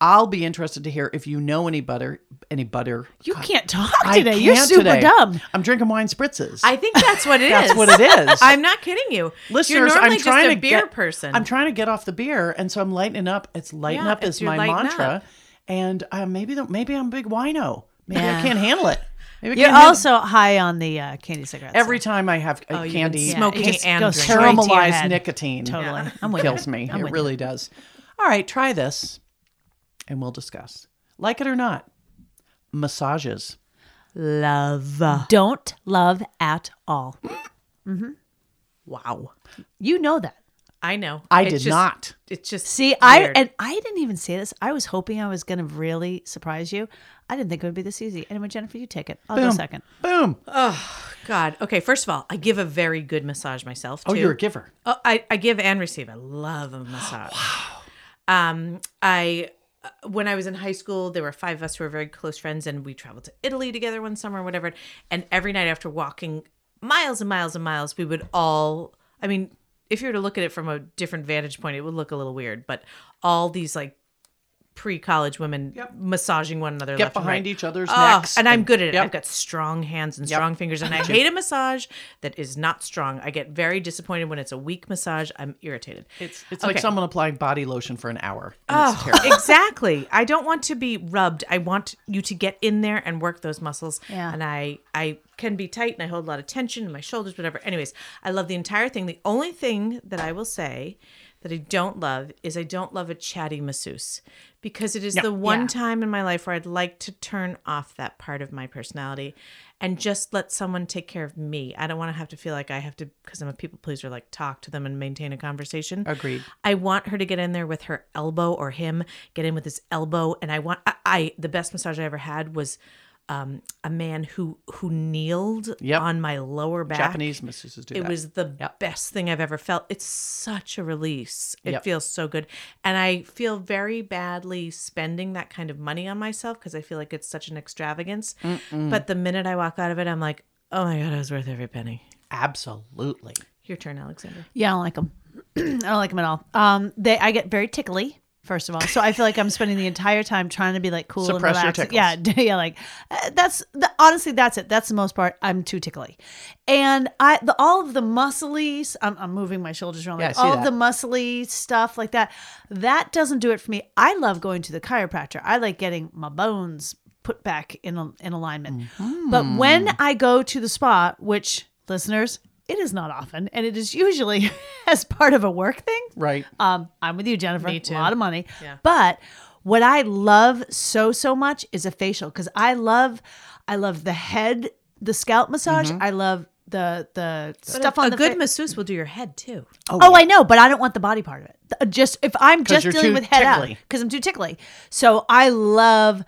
Speaker 1: I'll be interested to hear if you know any butter any butter.
Speaker 2: You can't talk
Speaker 1: I
Speaker 2: today. You're
Speaker 1: can't
Speaker 2: super
Speaker 1: today.
Speaker 2: dumb.
Speaker 1: I'm drinking wine spritzes.
Speaker 3: I think that's what it is.
Speaker 1: That's what it is.
Speaker 3: I'm not kidding you. You're
Speaker 1: Listeners,
Speaker 3: normally
Speaker 1: I'm trying
Speaker 3: just a
Speaker 1: to
Speaker 3: beer
Speaker 1: get,
Speaker 3: person.
Speaker 1: I'm trying to get off the beer, and so I'm lightening up. It's lighten
Speaker 3: Yeah,
Speaker 1: up
Speaker 3: it's
Speaker 1: is
Speaker 3: your
Speaker 1: my
Speaker 3: lighten
Speaker 1: mantra,
Speaker 3: up.
Speaker 1: and uh, maybe the, maybe I'm a big wino. Maybe
Speaker 2: Yeah.
Speaker 1: I can't handle it. Maybe I
Speaker 2: You're
Speaker 1: can't handle-
Speaker 2: also high on the uh, candy cigarettes.
Speaker 1: every time I have a
Speaker 3: Oh, you've been
Speaker 1: candy,
Speaker 3: Yeah, smoking
Speaker 1: it just
Speaker 3: and
Speaker 2: goes
Speaker 3: drinking.
Speaker 2: straight to your
Speaker 1: caramelized
Speaker 2: head.
Speaker 1: nicotine
Speaker 2: Totally.
Speaker 3: Yeah.
Speaker 2: I'm with
Speaker 1: kills
Speaker 2: you.
Speaker 1: me.
Speaker 2: I'm
Speaker 1: it
Speaker 2: with
Speaker 1: really does. All right, try this, and we'll discuss. Like it or not, massages.
Speaker 3: love.
Speaker 2: Don't love at all.
Speaker 3: Wow.
Speaker 2: You know that.
Speaker 3: I know.
Speaker 1: I
Speaker 3: It's
Speaker 1: did
Speaker 3: just-
Speaker 1: not.
Speaker 3: It's just
Speaker 2: See, I
Speaker 3: weird.
Speaker 2: and I didn't even say this. I was hoping I was going to really surprise you. I didn't think it would be this easy. Anyway, Jennifer, you take it. I'll go
Speaker 1: Boom.
Speaker 2: second.
Speaker 1: Boom.
Speaker 3: God. Okay. First of all, I give a very good massage myself.
Speaker 1: oh,
Speaker 3: too.
Speaker 1: you're a giver.
Speaker 3: Oh, I, I give and receive. I love a massage. Um, I uh, when I was in high school, there were five of us who were very close friends, and we traveled to Italy together one summer, or whatever. And every night after walking miles and miles and miles, we would all. I mean, if you were to look at it from a different vantage point, it would look a little weird, but all these like pre-college women
Speaker 1: Yep.
Speaker 3: massaging one another.
Speaker 1: Get
Speaker 3: left and
Speaker 1: behind
Speaker 3: right.
Speaker 1: each other's
Speaker 3: Oh,
Speaker 1: necks.
Speaker 3: and I'm good at it.
Speaker 1: Yep.
Speaker 3: I've got strong hands and strong fingers, and I hate a massage that is not strong. I get very disappointed when it's a weak massage. I'm irritated.
Speaker 1: It's it's
Speaker 3: Okay.
Speaker 1: like someone applying body lotion for an hour. And it's
Speaker 3: Oh,
Speaker 1: terrible.
Speaker 3: exactly. I don't want to be rubbed. I want you to get in there and work those muscles.
Speaker 2: Yeah.
Speaker 3: And I I can be tight and I hold a lot of tension in my shoulders, whatever. Anyways, I love the entire thing. The only thing that I will say that I don't love is I don't love a chatty masseuse because it is the one
Speaker 2: Yeah.
Speaker 3: time in my life where I'd like to turn off that part of my personality and just let someone take care of me. I don't want to have to feel like I have to because I'm a people pleaser like talk to them and maintain a conversation.
Speaker 1: Agreed.
Speaker 3: I want her to get in there with her elbow or him get in with his elbow. And I want I, I the best massage I ever had was um, a man who who kneeled
Speaker 1: Yep.
Speaker 3: on my lower back.
Speaker 1: Japanese masseuses do
Speaker 3: It
Speaker 1: that.
Speaker 3: was the
Speaker 1: Yep.
Speaker 3: best thing I've ever felt. It's such a release. It
Speaker 1: Yep.
Speaker 3: feels so good. And I feel very badly spending that kind of money on myself because I feel like it's such an extravagance. But the minute I walk out of it, I'm like, oh my God, it was worth every penny.
Speaker 1: absolutely.
Speaker 3: Your turn, Alexander.
Speaker 2: Yeah, I don't like them. I don't like them at all. Um, they I get very tickly. First of all, so I feel like I'm spending the entire time trying to be like cool
Speaker 1: Suppress your
Speaker 2: and relaxed.
Speaker 1: tickles.
Speaker 2: Yeah, yeah, like uh, that's the, honestly that's it. That's the most part. I'm too tickly, and I the all of the muscly. I'm, I'm moving my shoulders around.
Speaker 1: Yeah, I
Speaker 2: like
Speaker 1: see
Speaker 2: all of
Speaker 1: that.
Speaker 2: the muscly stuff like that. That doesn't do it for me. I love going to the chiropractor. I like getting my bones put back in a, in alignment.
Speaker 3: Mm-hmm.
Speaker 2: But when I go to the spa, which listeners, it is not often, and it is usually as part of a work thing.
Speaker 1: Right.
Speaker 2: Um, I'm with you, Jennifer. A
Speaker 3: too.
Speaker 2: lot of money.
Speaker 3: Yeah.
Speaker 2: But what I love so so much is a facial because I love, I love the head, the scalp massage. I love the the stuff on
Speaker 3: Mm-hmm. a
Speaker 2: the
Speaker 3: good
Speaker 2: fa-
Speaker 3: masseuse will do your head too.
Speaker 2: Oh, I know, but I don't want the body part of it. Th- uh, Just if I'm just
Speaker 1: you're
Speaker 2: dealing
Speaker 1: too
Speaker 2: with head
Speaker 1: tickly.
Speaker 2: because I'm too tickly. So I love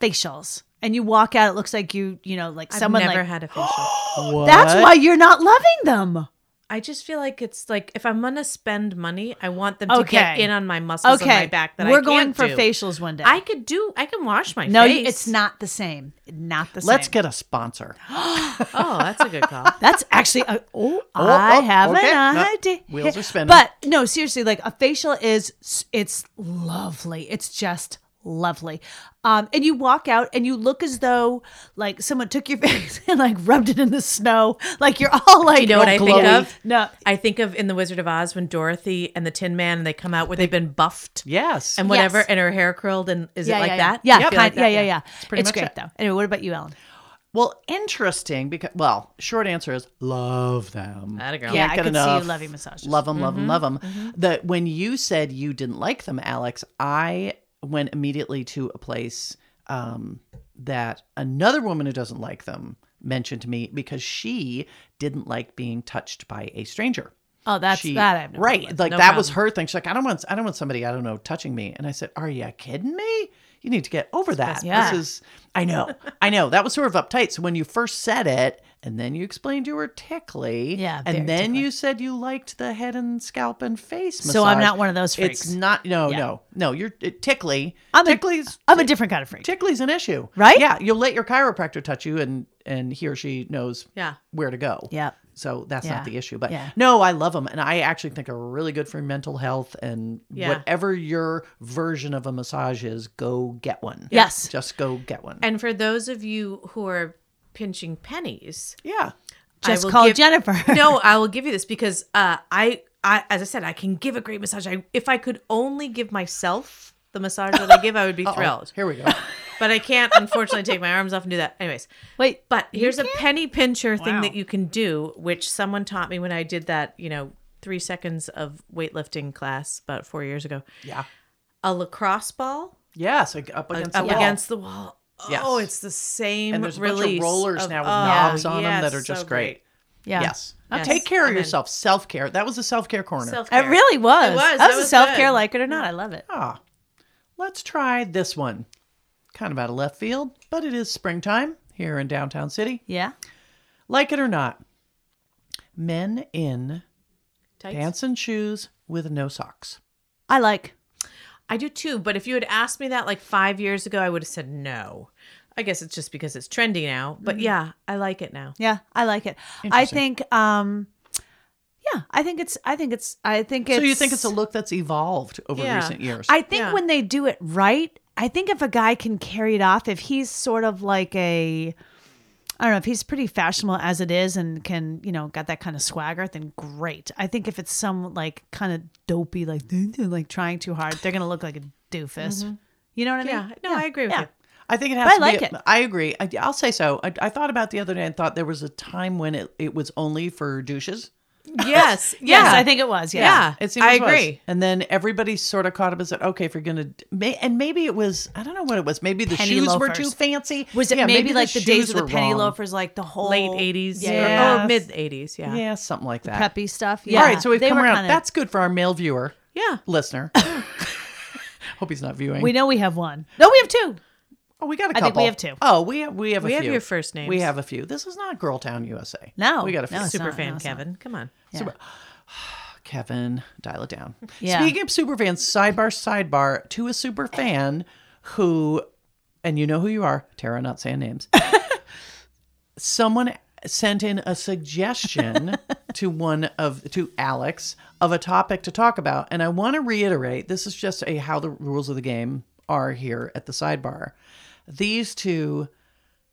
Speaker 2: facials. And you walk out, it looks like you, you know, like someone
Speaker 3: I've never
Speaker 2: like
Speaker 3: had a facial.
Speaker 1: Oh,
Speaker 2: that's why you're not loving them.
Speaker 3: I just feel like it's like if I'm gonna spend money, I want them to get
Speaker 2: Okay.
Speaker 3: in on my muscles
Speaker 2: Okay,
Speaker 3: and my back that
Speaker 2: we're
Speaker 3: I
Speaker 2: going
Speaker 3: can't
Speaker 2: for
Speaker 3: do.
Speaker 2: facials one day.
Speaker 3: I could do. I can wash my
Speaker 2: no,
Speaker 3: face.
Speaker 2: it's not the same. Not the same.
Speaker 1: Let's get a sponsor.
Speaker 3: Oh, that's a good call.
Speaker 2: That's actually a, oh, I
Speaker 1: oh,
Speaker 2: have
Speaker 1: okay.
Speaker 2: an
Speaker 1: No,
Speaker 2: idea.
Speaker 1: wheels are spinning.
Speaker 2: But no, seriously, like a facial is it's lovely. It's just lovely. Um, and you walk out and you look as though like someone took your face and like rubbed it in the snow. Like you're all like
Speaker 3: You know what I think
Speaker 1: glowy.
Speaker 3: of?
Speaker 2: No.
Speaker 3: I think of in the Wizard of Oz when Dorothy and the Tin Man and they come out where they've been buffed
Speaker 1: Yes.
Speaker 3: and whatever,
Speaker 2: Yes.
Speaker 3: and her hair curled and is
Speaker 2: Yeah,
Speaker 3: it like
Speaker 2: yeah,
Speaker 3: that?
Speaker 2: Yeah,
Speaker 3: I
Speaker 2: yeah,
Speaker 3: feel
Speaker 2: kind-
Speaker 3: like
Speaker 2: yeah,
Speaker 3: that,
Speaker 2: yeah, yeah. It's,
Speaker 1: pretty much
Speaker 2: great
Speaker 1: it.
Speaker 2: though. Anyway, what about you, Ellen?
Speaker 1: well, interesting because well, short answer is love them.
Speaker 3: Atta girl.
Speaker 2: Yeah, I
Speaker 1: get
Speaker 2: could see
Speaker 1: enough.
Speaker 2: you loving massages. Mm-hmm.
Speaker 1: Love them, love them, love them. That when you said you didn't like them, Alex, I went immediately to a place um, that another woman who doesn't like them mentioned to me because she didn't like being touched by a stranger.
Speaker 2: Oh, that's
Speaker 1: She-
Speaker 2: that I have no
Speaker 1: right,
Speaker 2: problem
Speaker 1: like
Speaker 2: with.
Speaker 1: that was her thing. She's like, I don't want, I don't want somebody I don't know touching me. And I said, Are you kidding me? You need to get over that.
Speaker 2: Yeah.
Speaker 1: This is, I know, I know. That was sort of uptight. So when you first said it, and then you explained you were tickly,
Speaker 2: Yeah, very
Speaker 1: and then
Speaker 2: tickly.
Speaker 1: you said you liked the head and scalp and face.
Speaker 2: So I'm
Speaker 1: massage.
Speaker 2: not one of those freaks.
Speaker 1: It's not. No, no, no. You're it, tickly.
Speaker 2: I'm a-
Speaker 1: tickly's
Speaker 2: I'm a different kind of freak.
Speaker 1: tickly's an issue,
Speaker 2: Right?
Speaker 1: Yeah, you'll let your chiropractor touch you, and and he or she knows
Speaker 3: Yeah.
Speaker 1: where to go.
Speaker 2: Yeah.
Speaker 1: So that's
Speaker 2: Yeah.
Speaker 1: not the issue. But
Speaker 2: Yeah.
Speaker 1: no, I love them. And I actually think are really good for mental health and
Speaker 3: Yeah.
Speaker 1: whatever your version of a massage is, go get one.
Speaker 2: Yes.
Speaker 1: Just go get one.
Speaker 3: And for those of you who are pinching pennies,
Speaker 1: yeah.
Speaker 3: I
Speaker 2: Just
Speaker 3: will
Speaker 2: call
Speaker 3: give-
Speaker 2: Jennifer.
Speaker 3: no, I will give you this because uh, I, I, as I said, I can give a great massage. I, if I could only give myself the massage that I give, I would be thrilled.
Speaker 1: Here we go.
Speaker 3: But I can't, unfortunately, take my arms off and do that. Anyways,
Speaker 2: Wait,
Speaker 3: but here's a penny pincher thing
Speaker 2: Wow.
Speaker 3: that you can do, which someone taught me when I did that, you know, three seconds of weightlifting class about four years ago.
Speaker 1: yeah.
Speaker 3: A lacrosse ball
Speaker 1: Yes. like up against
Speaker 3: Uh, up
Speaker 1: the wall.
Speaker 3: against the wall.
Speaker 1: Yes.
Speaker 3: Oh, it's the same.
Speaker 1: And there's a bunch of
Speaker 3: release
Speaker 1: rollers now with
Speaker 3: oh,
Speaker 1: knobs on them
Speaker 3: yes,
Speaker 1: that are just
Speaker 3: so
Speaker 1: great.
Speaker 2: yeah.
Speaker 1: Yes.
Speaker 2: Okay.
Speaker 1: Take care of
Speaker 3: I'm in.
Speaker 1: yourself. Self care. That was the self care corner.
Speaker 3: Self-care.
Speaker 2: It really was.
Speaker 3: It was.
Speaker 2: That
Speaker 3: That
Speaker 2: was,
Speaker 3: was
Speaker 2: self care,
Speaker 3: good.
Speaker 2: like it or not. I love it.
Speaker 1: Ah, let's try this one. Kind of out of left field, but it is springtime here in downtown city.
Speaker 2: Yeah.
Speaker 1: Like it or not, men in
Speaker 3: Tights?
Speaker 1: pants and shoes with no socks.
Speaker 2: I like.
Speaker 3: I do too, but if you had asked me that like five years ago, I would have said no. I guess it's just because it's
Speaker 2: Mm-hmm.
Speaker 3: trendy now, but yeah, I like it now.
Speaker 2: Yeah. I like it. I think, um, Yeah, I think it's. I think it's. I think it's.
Speaker 1: So you think it's a look that's evolved over
Speaker 3: Yeah.
Speaker 1: recent years?
Speaker 2: I think
Speaker 3: Yeah.
Speaker 2: when they do it right, I think if a guy can carry it off, if he's sort of like a, I don't know, if he's pretty fashionable as it is and can, you know, got that kind of swagger, then great. I think if it's some like kind of dopey, like like trying too hard, they're gonna look like a doofus.
Speaker 1: Mm-hmm.
Speaker 2: You know what I mean?
Speaker 3: Yeah. No, I agree with
Speaker 2: Yeah.
Speaker 3: you.
Speaker 1: I think it has.
Speaker 2: But I
Speaker 1: to
Speaker 2: like
Speaker 1: be,
Speaker 2: it.
Speaker 1: I agree. I, I'll say so. I, I thought about it the other day and thought there was a time when it, it was only for douches.
Speaker 3: Yes.
Speaker 2: Yes,
Speaker 3: yeah.
Speaker 2: I think it was. Yeah.
Speaker 3: Yeah.
Speaker 1: it seems
Speaker 3: I
Speaker 1: it was.
Speaker 3: agree.
Speaker 1: And then everybody sort of caught up and said, "Okay, if you're gonna," may, and maybe it was. I don't know what it was. Maybe the
Speaker 2: Penny
Speaker 1: shoes were
Speaker 2: loafers.
Speaker 1: too fancy.
Speaker 2: Was it
Speaker 1: Yeah,
Speaker 2: maybe, like the, days
Speaker 1: shoes
Speaker 2: of the
Speaker 1: were
Speaker 2: penny
Speaker 1: wrong.
Speaker 2: loafers, like the whole
Speaker 3: Late 80s
Speaker 2: Yeah.
Speaker 3: or, or mid 80s. Yeah.
Speaker 1: Yeah, something like that.
Speaker 2: preppy stuff? Yeah.
Speaker 1: All right, so we've
Speaker 2: They
Speaker 1: come
Speaker 2: were
Speaker 1: around.
Speaker 2: kinda-
Speaker 1: That's good for our male viewer
Speaker 3: Yeah.
Speaker 1: listener. Hope he's not viewing.
Speaker 2: we know we have one. No, we have two.
Speaker 1: oh, we got a
Speaker 2: I
Speaker 1: couple.
Speaker 2: think we have two.
Speaker 1: Oh, we have we have a
Speaker 3: We
Speaker 1: few.
Speaker 3: have your first names.
Speaker 1: We have a few. This is not Girl Town USA.
Speaker 2: No,
Speaker 1: we got a few.
Speaker 2: no, it's
Speaker 3: Super
Speaker 2: not-
Speaker 3: fan
Speaker 2: no, it's not.
Speaker 3: Kevin. Come on.
Speaker 1: Kevin, dial it down.
Speaker 2: Yeah.
Speaker 1: Speaking of super fans, sidebar, sidebar to a super fan who, and you know who you are, Tara, not saying names. Someone sent in a suggestion to one of to Alex of a topic to talk about, and I want to reiterate: this is just a how the rules of the game are here at the sidebar. These two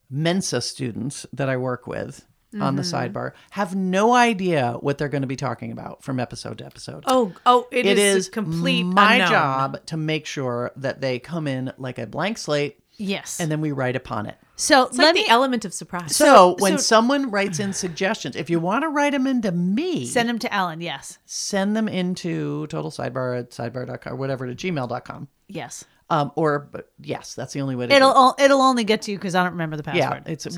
Speaker 1: Mensa students that I work with on the sidebar have no idea what they're going to be talking about from episode to episode.
Speaker 3: Oh, oh,
Speaker 1: it is
Speaker 3: a complete
Speaker 1: my
Speaker 3: unknown.
Speaker 1: job to make sure that they come in like a blank slate
Speaker 2: Yes.
Speaker 1: and then we write upon it.
Speaker 2: so
Speaker 3: It's
Speaker 2: let
Speaker 3: like
Speaker 2: me
Speaker 3: the element of surprise.
Speaker 1: So, when someone writes in suggestions, if you want to write them into me,
Speaker 2: Send them to Alan. Yes.
Speaker 1: send them into total sidebar at sidebar.com or whatever to gmail.com.
Speaker 2: Yes.
Speaker 1: Um, or but yes, that's the only way to do
Speaker 2: It'll o- it'll only get to you because I don't remember the
Speaker 1: Yeah,
Speaker 2: password.
Speaker 1: it's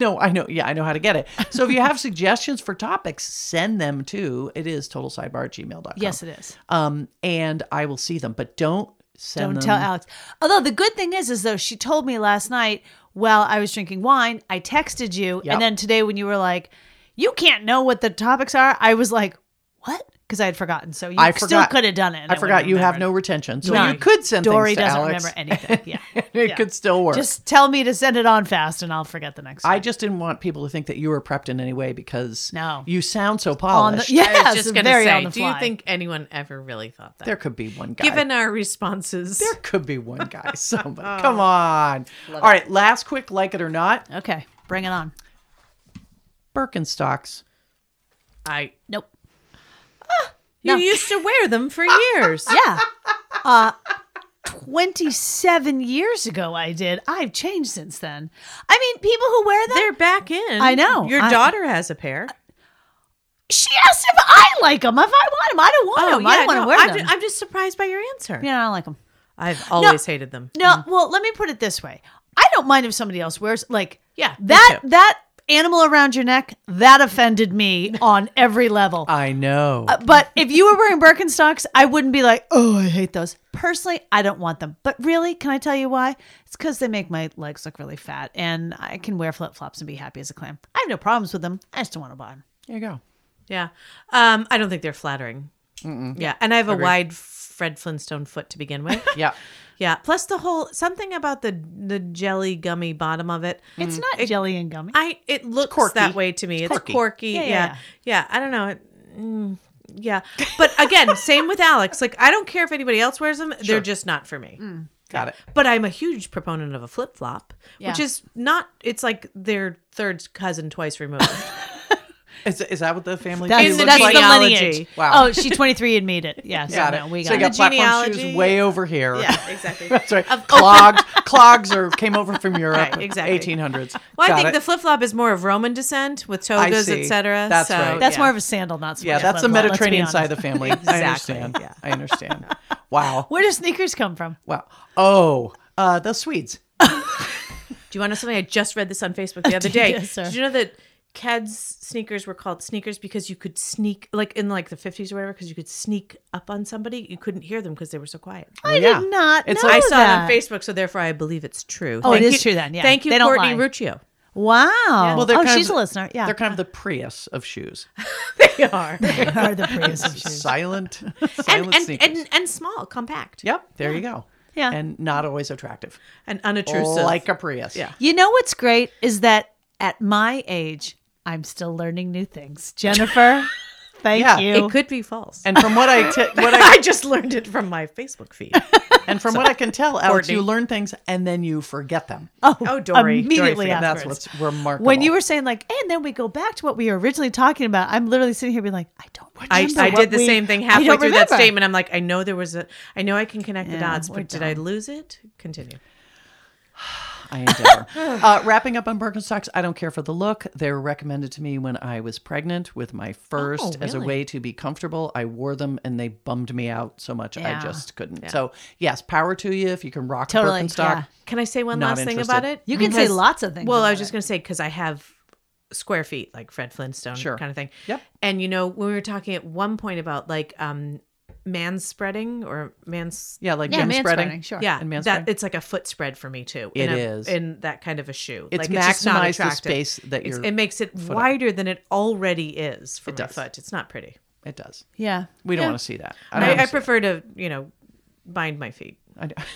Speaker 1: no, I know. Yeah, I know how to get it. So if you have suggestions for topics, send them to it is total sidebar at gmail.com.
Speaker 2: yes, it is.
Speaker 1: Um, and I will see them, but don't send
Speaker 2: Don't
Speaker 1: them.
Speaker 2: tell Alex. Although the good thing is, is though she told me last night while I was drinking wine, I texted you,
Speaker 1: Yep.
Speaker 2: and then today when you were like, "You can't know what the topics are," I was like, "What?" Because I had forgotten. So you
Speaker 1: I
Speaker 2: still
Speaker 1: forgot-
Speaker 2: could have done it. and
Speaker 1: I
Speaker 2: wouldn't
Speaker 1: forgot you have no
Speaker 2: remembered.
Speaker 1: retention, so
Speaker 2: None.
Speaker 1: you could send
Speaker 2: Dory
Speaker 1: things to
Speaker 2: doesn't
Speaker 1: Alex.
Speaker 2: remember anything. Yeah.
Speaker 1: it
Speaker 2: Yeah.
Speaker 1: could still work.
Speaker 2: Just tell me to send it on fast, and I'll forget the next.
Speaker 1: I
Speaker 2: time.
Speaker 1: just didn't want people to think that you were prepped in any way because
Speaker 2: No.
Speaker 1: you sound so
Speaker 2: on the,
Speaker 1: polished.
Speaker 2: yes,
Speaker 3: I was just going to
Speaker 2: very on
Speaker 3: say,
Speaker 2: the
Speaker 3: do you
Speaker 2: fly.
Speaker 3: think anyone ever really thought that?
Speaker 1: There could be one guy.
Speaker 3: Given our responses,
Speaker 1: there could be one guy.
Speaker 2: Oh.
Speaker 1: Somebody. Come on. All right. Last quick, like it or not,
Speaker 2: Okay, bring it on.
Speaker 1: Birkenstocks.
Speaker 3: I
Speaker 2: Nope.
Speaker 3: you
Speaker 2: No.
Speaker 3: used to wear them for years.
Speaker 2: Yeah. Uh, 27 years ago, I did. I've changed since then. I mean, people who wear them,
Speaker 3: They're back in.
Speaker 2: I know.
Speaker 3: Your
Speaker 2: I-
Speaker 3: daughter has a pair.
Speaker 2: she asked if I like them, if I want them. I don't want them. Oh, I don't want to
Speaker 3: Oh, no,
Speaker 2: wear
Speaker 3: I'm
Speaker 2: them.
Speaker 3: ju- I'm just surprised by your answer.
Speaker 2: yeah, I don't like Mm. them.
Speaker 3: I've always hated them.
Speaker 2: No, well, let me put it this way. I don't mind if somebody else wears like
Speaker 3: Yeah, me
Speaker 2: that
Speaker 3: too.
Speaker 2: that animal around your neck that offended me on every level.
Speaker 1: I know.
Speaker 2: But if you were wearing Birkenstocks, I wouldn't be like, oh, I hate those. Personally, I don't want them. But really, can I tell you why? It's because they make my legs look really fat and I can wear flip flops and be happy as a clam. I have no problems with them. I just don't want to buy them.
Speaker 1: there you go.
Speaker 3: Yeah. Um, I don't think they're flattering. Yeah. And I have a wide Fred Flintstone foot to begin with.
Speaker 1: Yeah.
Speaker 3: yeah. Plus the whole something about the the jelly gummy bottom of it.
Speaker 1: Mm.
Speaker 2: It's not jelly and gummy.
Speaker 3: I it looks
Speaker 1: quirky.
Speaker 3: that way to me. It's
Speaker 1: quirky.
Speaker 3: quirky.
Speaker 2: Yeah,
Speaker 3: Yeah,
Speaker 2: yeah,
Speaker 3: yeah,
Speaker 2: yeah.
Speaker 3: I don't know. It- mm, yeah. But again, same with Alex. Like I don't care if anybody else wears them. They're just not for
Speaker 2: Mm.
Speaker 3: me.
Speaker 1: Got it.
Speaker 3: But I'm a huge proponent of a flip flop,
Speaker 2: Yeah.
Speaker 3: which is not. It's like their third cousin twice removed.
Speaker 1: Is, is that what the family
Speaker 2: that's
Speaker 1: tree
Speaker 3: in
Speaker 1: looks
Speaker 2: that's
Speaker 1: like?
Speaker 2: the
Speaker 3: genealogy.
Speaker 2: lineage.
Speaker 1: Wow.
Speaker 2: Oh, she 23 and made it. Yeah. So
Speaker 1: Got
Speaker 2: no,
Speaker 1: it.
Speaker 2: we got
Speaker 1: so you
Speaker 2: it.
Speaker 1: got
Speaker 3: The
Speaker 1: platform shoes
Speaker 3: genealogy.
Speaker 1: way over here.
Speaker 3: yeah, exactly.
Speaker 1: That's right. Clogged, clogs or came over from Europe.
Speaker 3: Right, exactly.
Speaker 1: 1800s.
Speaker 3: Well,
Speaker 1: Got
Speaker 3: I think
Speaker 1: it.
Speaker 3: the flip flop is more of Roman descent with togas,
Speaker 1: see.
Speaker 3: etc.
Speaker 1: That's
Speaker 3: so,
Speaker 1: right.
Speaker 2: That's
Speaker 3: yeah.
Speaker 2: more of a sandal, not
Speaker 1: Yeah,
Speaker 2: sandal,
Speaker 1: that's the
Speaker 2: but let's be
Speaker 1: Mediterranean
Speaker 2: honest.
Speaker 1: side of the family. I understand.
Speaker 3: yeah.
Speaker 1: I understand. Wow.
Speaker 2: Where do sneakers come from?
Speaker 1: Wow. Oh, uh, the Swedes.
Speaker 3: Do you want to know something? I just read this on Facebook the other day.
Speaker 2: Yes, sir.
Speaker 3: Did you know that Keds sneakers were called sneakers because you could sneak, like in like the fifties or whatever, because you could sneak up on somebody. You couldn't hear them because they were so quiet.
Speaker 2: I
Speaker 1: yeah.
Speaker 2: did not
Speaker 1: It's
Speaker 2: know
Speaker 1: like-
Speaker 3: I saw
Speaker 2: that.
Speaker 3: it on Facebook, so therefore I believe it's true.
Speaker 2: Oh, it
Speaker 3: Thank
Speaker 2: is
Speaker 3: you-
Speaker 2: true then, yeah.
Speaker 3: Thank you,
Speaker 2: They don't
Speaker 3: Courtney
Speaker 2: lie.
Speaker 3: Ruccio.
Speaker 2: Wow.
Speaker 1: they're
Speaker 2: oh,
Speaker 1: kind of
Speaker 2: she's
Speaker 1: the-
Speaker 2: a listener. Yeah.
Speaker 1: They're kind of the Prius of shoes.
Speaker 3: They are and,
Speaker 2: Are the Priuses shoes.
Speaker 1: Silent, silent
Speaker 3: and,
Speaker 1: sneakers.
Speaker 3: and and small, compact,
Speaker 1: yep, there you go.
Speaker 2: Yeah.
Speaker 1: And not always attractive.
Speaker 3: and unobtrusive.
Speaker 1: Like a Prius.
Speaker 3: Yeah.
Speaker 2: You know what's great is that at my age, I'm still learning new things. Jennifer, Thank
Speaker 1: Yeah.
Speaker 2: you.
Speaker 3: It could be false.
Speaker 1: And from what I t- what I
Speaker 3: I just learned it from my Facebook feed.
Speaker 1: and from what I can tell, Alex,
Speaker 3: Courtney.
Speaker 1: you learn things and then you forget them.
Speaker 3: Oh, Dory.
Speaker 2: Immediately
Speaker 3: Dory forgot.
Speaker 1: That's
Speaker 2: afterwards.
Speaker 1: what's remarkable.
Speaker 2: when you were saying like, and then we go back to what we were originally talking about, I'm literally sitting here being like, I don't remember.
Speaker 3: I, I
Speaker 2: what
Speaker 3: did the
Speaker 2: we-
Speaker 3: same thing
Speaker 2: I
Speaker 3: halfway through
Speaker 2: don't
Speaker 3: that
Speaker 2: remember.
Speaker 3: statement. I'm like, I know there was a, I know I can connect the
Speaker 2: Yeah,
Speaker 3: dots,
Speaker 2: we
Speaker 3: but did I lose it? Continue.
Speaker 1: I endeavor. uh, wrapping up on Birkenstocks, I don't care for the look. They were recommended to me when I was pregnant with my
Speaker 2: Oh,
Speaker 1: first as a
Speaker 3: really?
Speaker 1: way to be comfortable. I wore them and they bummed me out so much I
Speaker 2: Yeah.
Speaker 1: just couldn't. So yes, power to you if you can rock
Speaker 2: Totally,
Speaker 1: a Birkenstock.
Speaker 2: yeah.
Speaker 3: Can I say one
Speaker 1: Not
Speaker 3: last thing about
Speaker 1: interested.
Speaker 3: it?
Speaker 2: You can say lots of things
Speaker 3: Well, I
Speaker 2: about
Speaker 3: was just going to say because I have square feet, like Fred Flintstone
Speaker 1: Sure.
Speaker 3: kind of thing.
Speaker 1: Yep.
Speaker 3: And you know, when we were talking at one point about like um man spreading or man's
Speaker 1: Yeah, like
Speaker 2: Yeah,
Speaker 1: man spreading.
Speaker 2: manspreading, sure.
Speaker 3: yeah,
Speaker 1: and man
Speaker 3: that
Speaker 1: spreading.
Speaker 3: it's like a foot spread for me too.
Speaker 1: uh, It
Speaker 3: in a-
Speaker 1: is.
Speaker 3: in that kind of a shoe.
Speaker 1: It's
Speaker 3: just not
Speaker 1: maximized the
Speaker 3: attractive.
Speaker 1: space that
Speaker 3: It's-
Speaker 1: you're.
Speaker 3: it
Speaker 1: It,
Speaker 3: makes it wider than it already is for my
Speaker 1: does.
Speaker 3: foot. It's not pretty.
Speaker 1: does.
Speaker 2: Yeah.
Speaker 1: We don't
Speaker 2: Yeah.
Speaker 1: want to see that. I don't
Speaker 3: I,
Speaker 1: wanna
Speaker 3: I
Speaker 1: see
Speaker 3: prefer to, you know, bind my feet.
Speaker 1: that. I don't-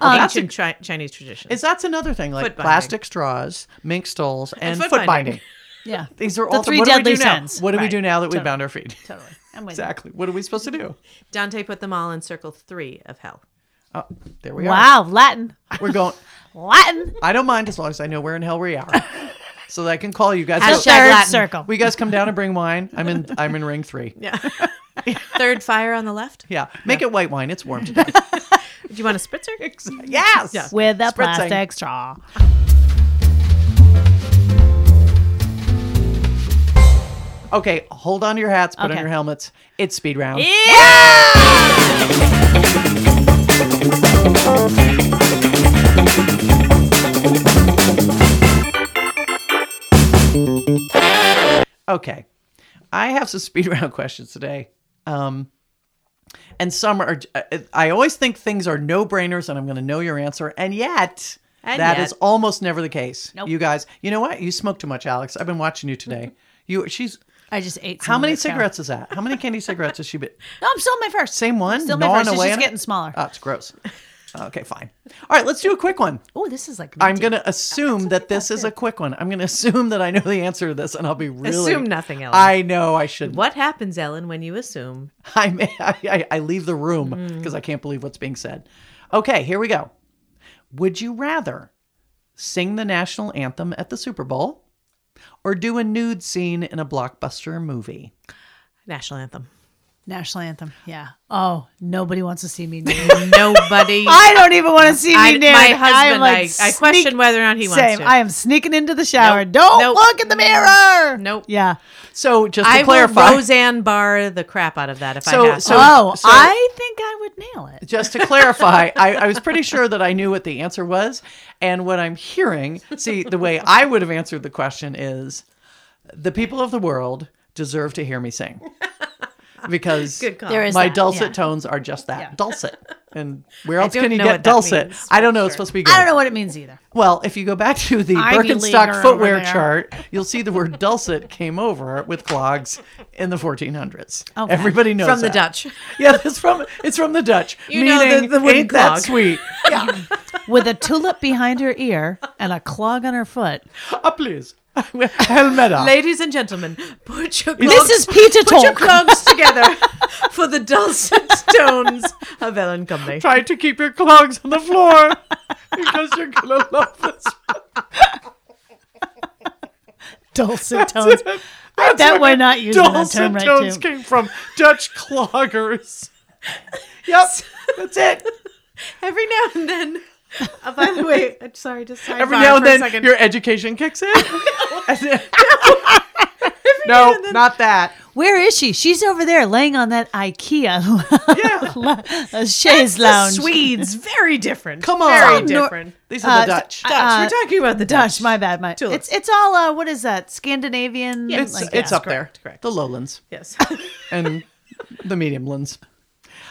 Speaker 1: Oh,
Speaker 2: Um,
Speaker 3: Ancient chi- Chinese tradition.
Speaker 1: Is that's another thing like
Speaker 3: Foot binding.
Speaker 1: plastic straws, mink stoles, and,
Speaker 3: foot
Speaker 1: foot, binding.
Speaker 3: binding.
Speaker 2: yeah.
Speaker 1: These are
Speaker 2: The
Speaker 1: all
Speaker 2: three
Speaker 1: what do we
Speaker 2: deadly
Speaker 1: do now?
Speaker 2: sins.
Speaker 1: What do we
Speaker 2: Right.
Speaker 1: do now that we bound our feet?
Speaker 2: Totally. I'm with
Speaker 1: exactly. What are we supposed to do?
Speaker 3: Dante put them all in circle three of hell.
Speaker 1: Oh, there we
Speaker 2: you.
Speaker 1: are.
Speaker 2: Wow. Latin.
Speaker 1: We're going.
Speaker 2: Latin.
Speaker 1: I don't mind as long as I know where in hell we are, so that I can call you guys.
Speaker 2: The
Speaker 3: Hashtag
Speaker 1: So,
Speaker 2: third
Speaker 3: Latin.
Speaker 2: circle.
Speaker 1: will you guys come down and bring wine. I'm in. I'm in ring three.
Speaker 3: Yeah. Third fire on the left.
Speaker 1: Yeah, make it white wine. It's warm today.
Speaker 3: Do you want a spritzer?
Speaker 1: yes.
Speaker 3: Yeah.
Speaker 2: with a
Speaker 1: Spritzing.
Speaker 2: plastic straw.
Speaker 1: Okay, hold on to your hats. Put on
Speaker 2: Okay.
Speaker 1: your helmets. It's speed round. Okay. I have some speed round questions today. Um, and some are, I always think things are no brainers and I'm going to know your answer. And yet, that is
Speaker 3: And yet.
Speaker 1: almost never the case.
Speaker 2: Nope.
Speaker 1: You guys, you know what? You smoke too much, Alex. I've been watching you today. You, she's,
Speaker 2: I just ate. some
Speaker 1: how
Speaker 2: of
Speaker 1: many
Speaker 2: this, yeah.
Speaker 1: cigarettes is that? How many candy cigarettes has she been?
Speaker 2: No, I'm still on my first.
Speaker 1: Same one?
Speaker 2: Still my
Speaker 1: Gnawing
Speaker 2: first. It's
Speaker 1: away
Speaker 2: just
Speaker 1: on it?
Speaker 2: getting smaller.
Speaker 3: Uh,
Speaker 1: Oh, it's gross. Okay, fine. All right, let's do a quick one.
Speaker 2: oh, this is like.
Speaker 1: I'm
Speaker 2: minty.
Speaker 1: going to assume that this is a quick one. I'm going to assume that I know the answer to this and I'll be really.
Speaker 3: Assume nothing, Ellen.
Speaker 1: I know I should
Speaker 3: What happens, Ellen, when you assume?
Speaker 1: I, may, I, I, I leave the room
Speaker 3: Mm.
Speaker 1: because I can't believe what's being said. Okay, here we go. Would you rather sing the national anthem at the Super Bowl or do a nude scene in a blockbuster movie?
Speaker 3: National anthem.
Speaker 2: National anthem. Yeah. Oh, nobody wants to see me nude.
Speaker 3: Nobody.
Speaker 2: I don't even want to see me
Speaker 3: I-
Speaker 2: nude.
Speaker 3: my
Speaker 2: I'm
Speaker 3: husband,
Speaker 2: like
Speaker 3: I, I
Speaker 2: sneak-
Speaker 3: question whether or not he wants
Speaker 2: Same.
Speaker 3: to.
Speaker 2: I am sneaking into the shower.
Speaker 3: Nope.
Speaker 2: Don't
Speaker 3: Nope.
Speaker 2: look in the mirror.
Speaker 3: Nope.
Speaker 2: Yeah.
Speaker 1: So just to
Speaker 3: I
Speaker 1: clarify,
Speaker 3: will Roseanne bar the crap out of that if
Speaker 1: So-
Speaker 3: I have
Speaker 1: so-
Speaker 3: to.
Speaker 2: oh,
Speaker 1: so-
Speaker 2: I think I would nail it.
Speaker 1: just to clarify, I, I was pretty sure that I knew what the answer was. And what I'm hearing, see, the way I would have answered the question is the people of the world deserve to hear me sing. Because
Speaker 3: Good call.
Speaker 2: There is
Speaker 1: my
Speaker 2: that,
Speaker 1: dulcet
Speaker 2: yeah.
Speaker 1: tones are just that
Speaker 2: Yeah.
Speaker 1: dulcet. And where else
Speaker 3: don't
Speaker 1: can you
Speaker 3: know
Speaker 1: get
Speaker 3: what that
Speaker 1: dulcet?
Speaker 3: means,
Speaker 1: I don't know.
Speaker 3: but
Speaker 1: It's
Speaker 3: sure.
Speaker 1: supposed to be good.
Speaker 2: I don't know what it means either.
Speaker 1: Well, if you go back to the
Speaker 2: Ivy Leaguer
Speaker 1: Birkenstock
Speaker 2: over
Speaker 1: footwear
Speaker 2: there.
Speaker 1: chart, you'll see the word dulcet came over with clogs in the 1400ws.
Speaker 2: Okay.
Speaker 1: Everybody knows
Speaker 3: From the
Speaker 1: that.
Speaker 3: Dutch.
Speaker 1: Yeah, it's from it's from the Dutch.
Speaker 3: You know, the-
Speaker 1: meaning,
Speaker 3: the wooden
Speaker 1: ain't that
Speaker 3: clog."
Speaker 1: sweet? Yeah.
Speaker 2: With a tulip behind her ear and a clog on her foot.
Speaker 1: Ah, please. Helmeta.
Speaker 3: Ladies and gentlemen, put your clogs,
Speaker 2: This is Peter
Speaker 3: put your
Speaker 2: Talk.
Speaker 3: clogs together for the dulcet tones of Ellen Comley.
Speaker 1: Try to keep your clogs on the floor because you're gonna love this.
Speaker 2: Dulcet tones. I
Speaker 1: That's where
Speaker 2: bet we're not using that
Speaker 1: Dulcet
Speaker 2: term right
Speaker 1: tones
Speaker 2: too.
Speaker 1: came from Dutch cloggers. Yep, that's it.
Speaker 3: Every now and then. Oh, by the way, I'm sorry, just sorry.
Speaker 1: Every now and then, your education kicks in. And then- no, not that.
Speaker 2: Where is she? She's over there laying on that IKEA
Speaker 1: Yeah,
Speaker 2: a chaise lounge.
Speaker 3: Swedes, very different.
Speaker 1: come on.
Speaker 3: Very
Speaker 2: Nor-
Speaker 3: different.
Speaker 1: These are the
Speaker 2: Uh,
Speaker 1: Dutch.
Speaker 2: I-
Speaker 3: Dutch.
Speaker 2: Uh,
Speaker 3: We're talking about the Dutch.
Speaker 2: Dutch, my bad, my
Speaker 3: Tulips.
Speaker 2: it's it's all uh, what is that Scandinavian?
Speaker 1: it's
Speaker 2: like,
Speaker 1: it's
Speaker 2: yeah.
Speaker 1: up
Speaker 3: correct,
Speaker 1: there.
Speaker 3: correct.
Speaker 1: The lowlands
Speaker 3: Yes.
Speaker 1: and the mediumlands.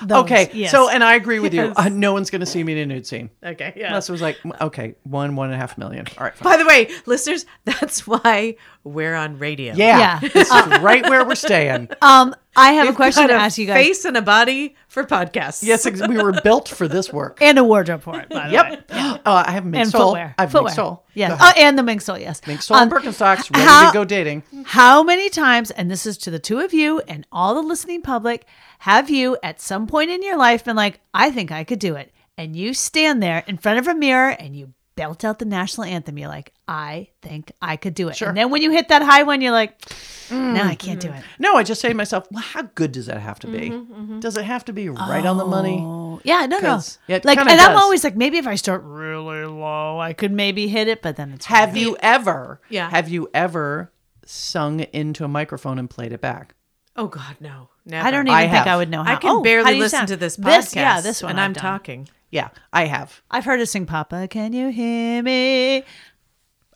Speaker 2: Those,
Speaker 1: okay,
Speaker 2: yes.
Speaker 1: so and I agree with you.
Speaker 3: Yes.
Speaker 1: Uh, no one's going to see me in a nude scene.
Speaker 3: okay. Yeah.
Speaker 1: Unless it was like, okay, one, one and a half million. All right, fine.
Speaker 3: By the way, listeners, that's why we're on radio.
Speaker 1: yeah,
Speaker 2: Yeah.
Speaker 1: this is right where we're staying.
Speaker 2: um, I have
Speaker 3: We've
Speaker 2: a question
Speaker 3: got
Speaker 2: to
Speaker 3: a
Speaker 2: ask you guys.
Speaker 3: Face and a body for podcasts.
Speaker 1: Yes, ex- we were built for this work.
Speaker 2: And a wardrobe for it, by the way.
Speaker 1: Yep. Oh, I have mixed
Speaker 2: And
Speaker 1: soul.
Speaker 2: footwear.
Speaker 1: I have
Speaker 2: footwear.
Speaker 1: mixed soul.
Speaker 2: Yeah.
Speaker 1: Go
Speaker 2: Oh,
Speaker 1: ahead.
Speaker 2: and the mink soul, yes.
Speaker 1: Mixed soul
Speaker 2: Um,
Speaker 1: and Birkenstocks, ready
Speaker 2: how-
Speaker 1: to go dating.
Speaker 2: How many times, and this is to the two of you and all the listening public, have you at some point in your life been like, I think I could do it? And you stand there in front of a mirror and you belt out the national anthem. You're like, I think I could do it. And then when you hit that high one, you're like, no, I can't do it.
Speaker 1: No, I just say to myself, well, how good does that have to be? Does it have to be right on the money?
Speaker 2: Mm-hmm, Oh, yeah, no, no.
Speaker 1: 'Cause it
Speaker 2: like, and
Speaker 1: kinda
Speaker 2: I'm
Speaker 1: does.
Speaker 2: always like, maybe if I start really low, I could maybe hit it, but then it's
Speaker 1: Have you ever?
Speaker 3: Yeah.
Speaker 1: Have you ever sung into a microphone and played it back?
Speaker 3: Oh God, no. Never.
Speaker 2: I don't even
Speaker 1: I
Speaker 2: think
Speaker 1: have.
Speaker 2: I would know how.
Speaker 3: I can
Speaker 2: oh, how do
Speaker 3: barely
Speaker 2: you
Speaker 3: listen
Speaker 2: sound?
Speaker 3: to this podcast.
Speaker 2: This, yeah, this one.
Speaker 3: and
Speaker 2: I've
Speaker 3: I'm
Speaker 2: done.
Speaker 3: talking.
Speaker 1: Yeah, I have,
Speaker 2: I've heard her sing "Papa, Can You Hear Me?"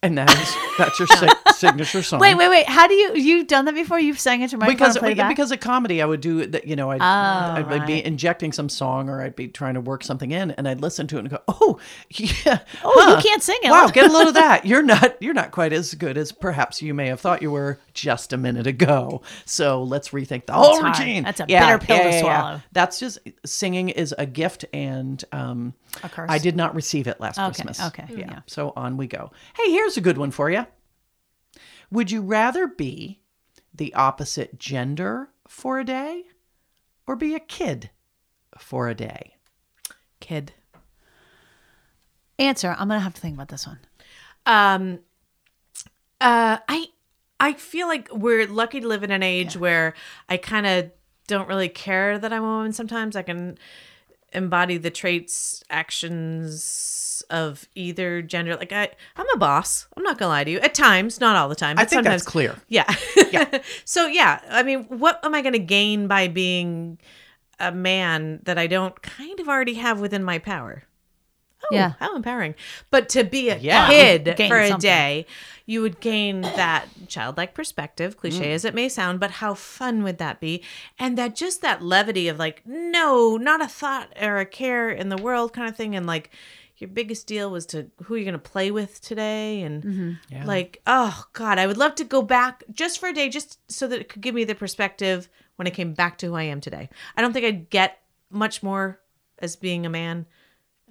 Speaker 1: and that is that's your si- signature song.
Speaker 2: Wait, wait, wait. How do you you've done that before? You've sang it to my
Speaker 1: because
Speaker 2: played back? Oh,
Speaker 1: because of comedy, I would do that. You know, I'd, I'd, I'd be
Speaker 2: right.
Speaker 1: injecting some song or I'd be trying to work something in, and I'd listen to it and go, "Oh, yeah,
Speaker 2: Oh, you can't sing it.
Speaker 1: wow, get a load of that. You're not you're not quite as good as perhaps you may have thought you were just a minute ago. So let's rethink the whole
Speaker 2: hard.
Speaker 1: routine.
Speaker 2: That's a bitter pill to swallow.
Speaker 1: That's just singing is a gift and um,
Speaker 2: A curse.
Speaker 1: I did not receive it last Christmas.
Speaker 2: okay,
Speaker 1: yeah.
Speaker 2: yeah.
Speaker 1: So on we go. Hey, here's a good one for you. Would you rather be the opposite gender for a day, or be a kid for a day?
Speaker 3: Kid.
Speaker 2: Answer. I'm gonna have to think about this one.
Speaker 3: Um. Uh. I. I feel like we're lucky to live in an age where I kind of don't really care that I'm a woman. Sometimes I can embody the traits, actions of either gender. Like I, I'm a boss. I'm not gonna lie to you. At times, not all the time. But
Speaker 1: I think
Speaker 3: sometimes,
Speaker 1: that's clear.
Speaker 3: Yeah. so yeah, I mean, what am I going to gain by being a man that I don't kind of already have within my power? Oh,
Speaker 2: Yeah.
Speaker 3: how empowering. But to be a
Speaker 1: Yeah.
Speaker 3: kid
Speaker 2: Gain
Speaker 3: for a
Speaker 2: something.
Speaker 3: day, you would gain that childlike perspective, cliche
Speaker 1: Mm.
Speaker 3: as it may sound, but how fun would that be? And that just that levity of like, no, not a thought or a care in the world kind of thing. And like, your biggest deal was to who you're going to play with today. And
Speaker 2: Mm-hmm.
Speaker 1: Yeah.
Speaker 3: like, oh God, I would love to go back just for a day, just so that it could give me the perspective when I came back to who I am today. I don't think I'd get much more as being a man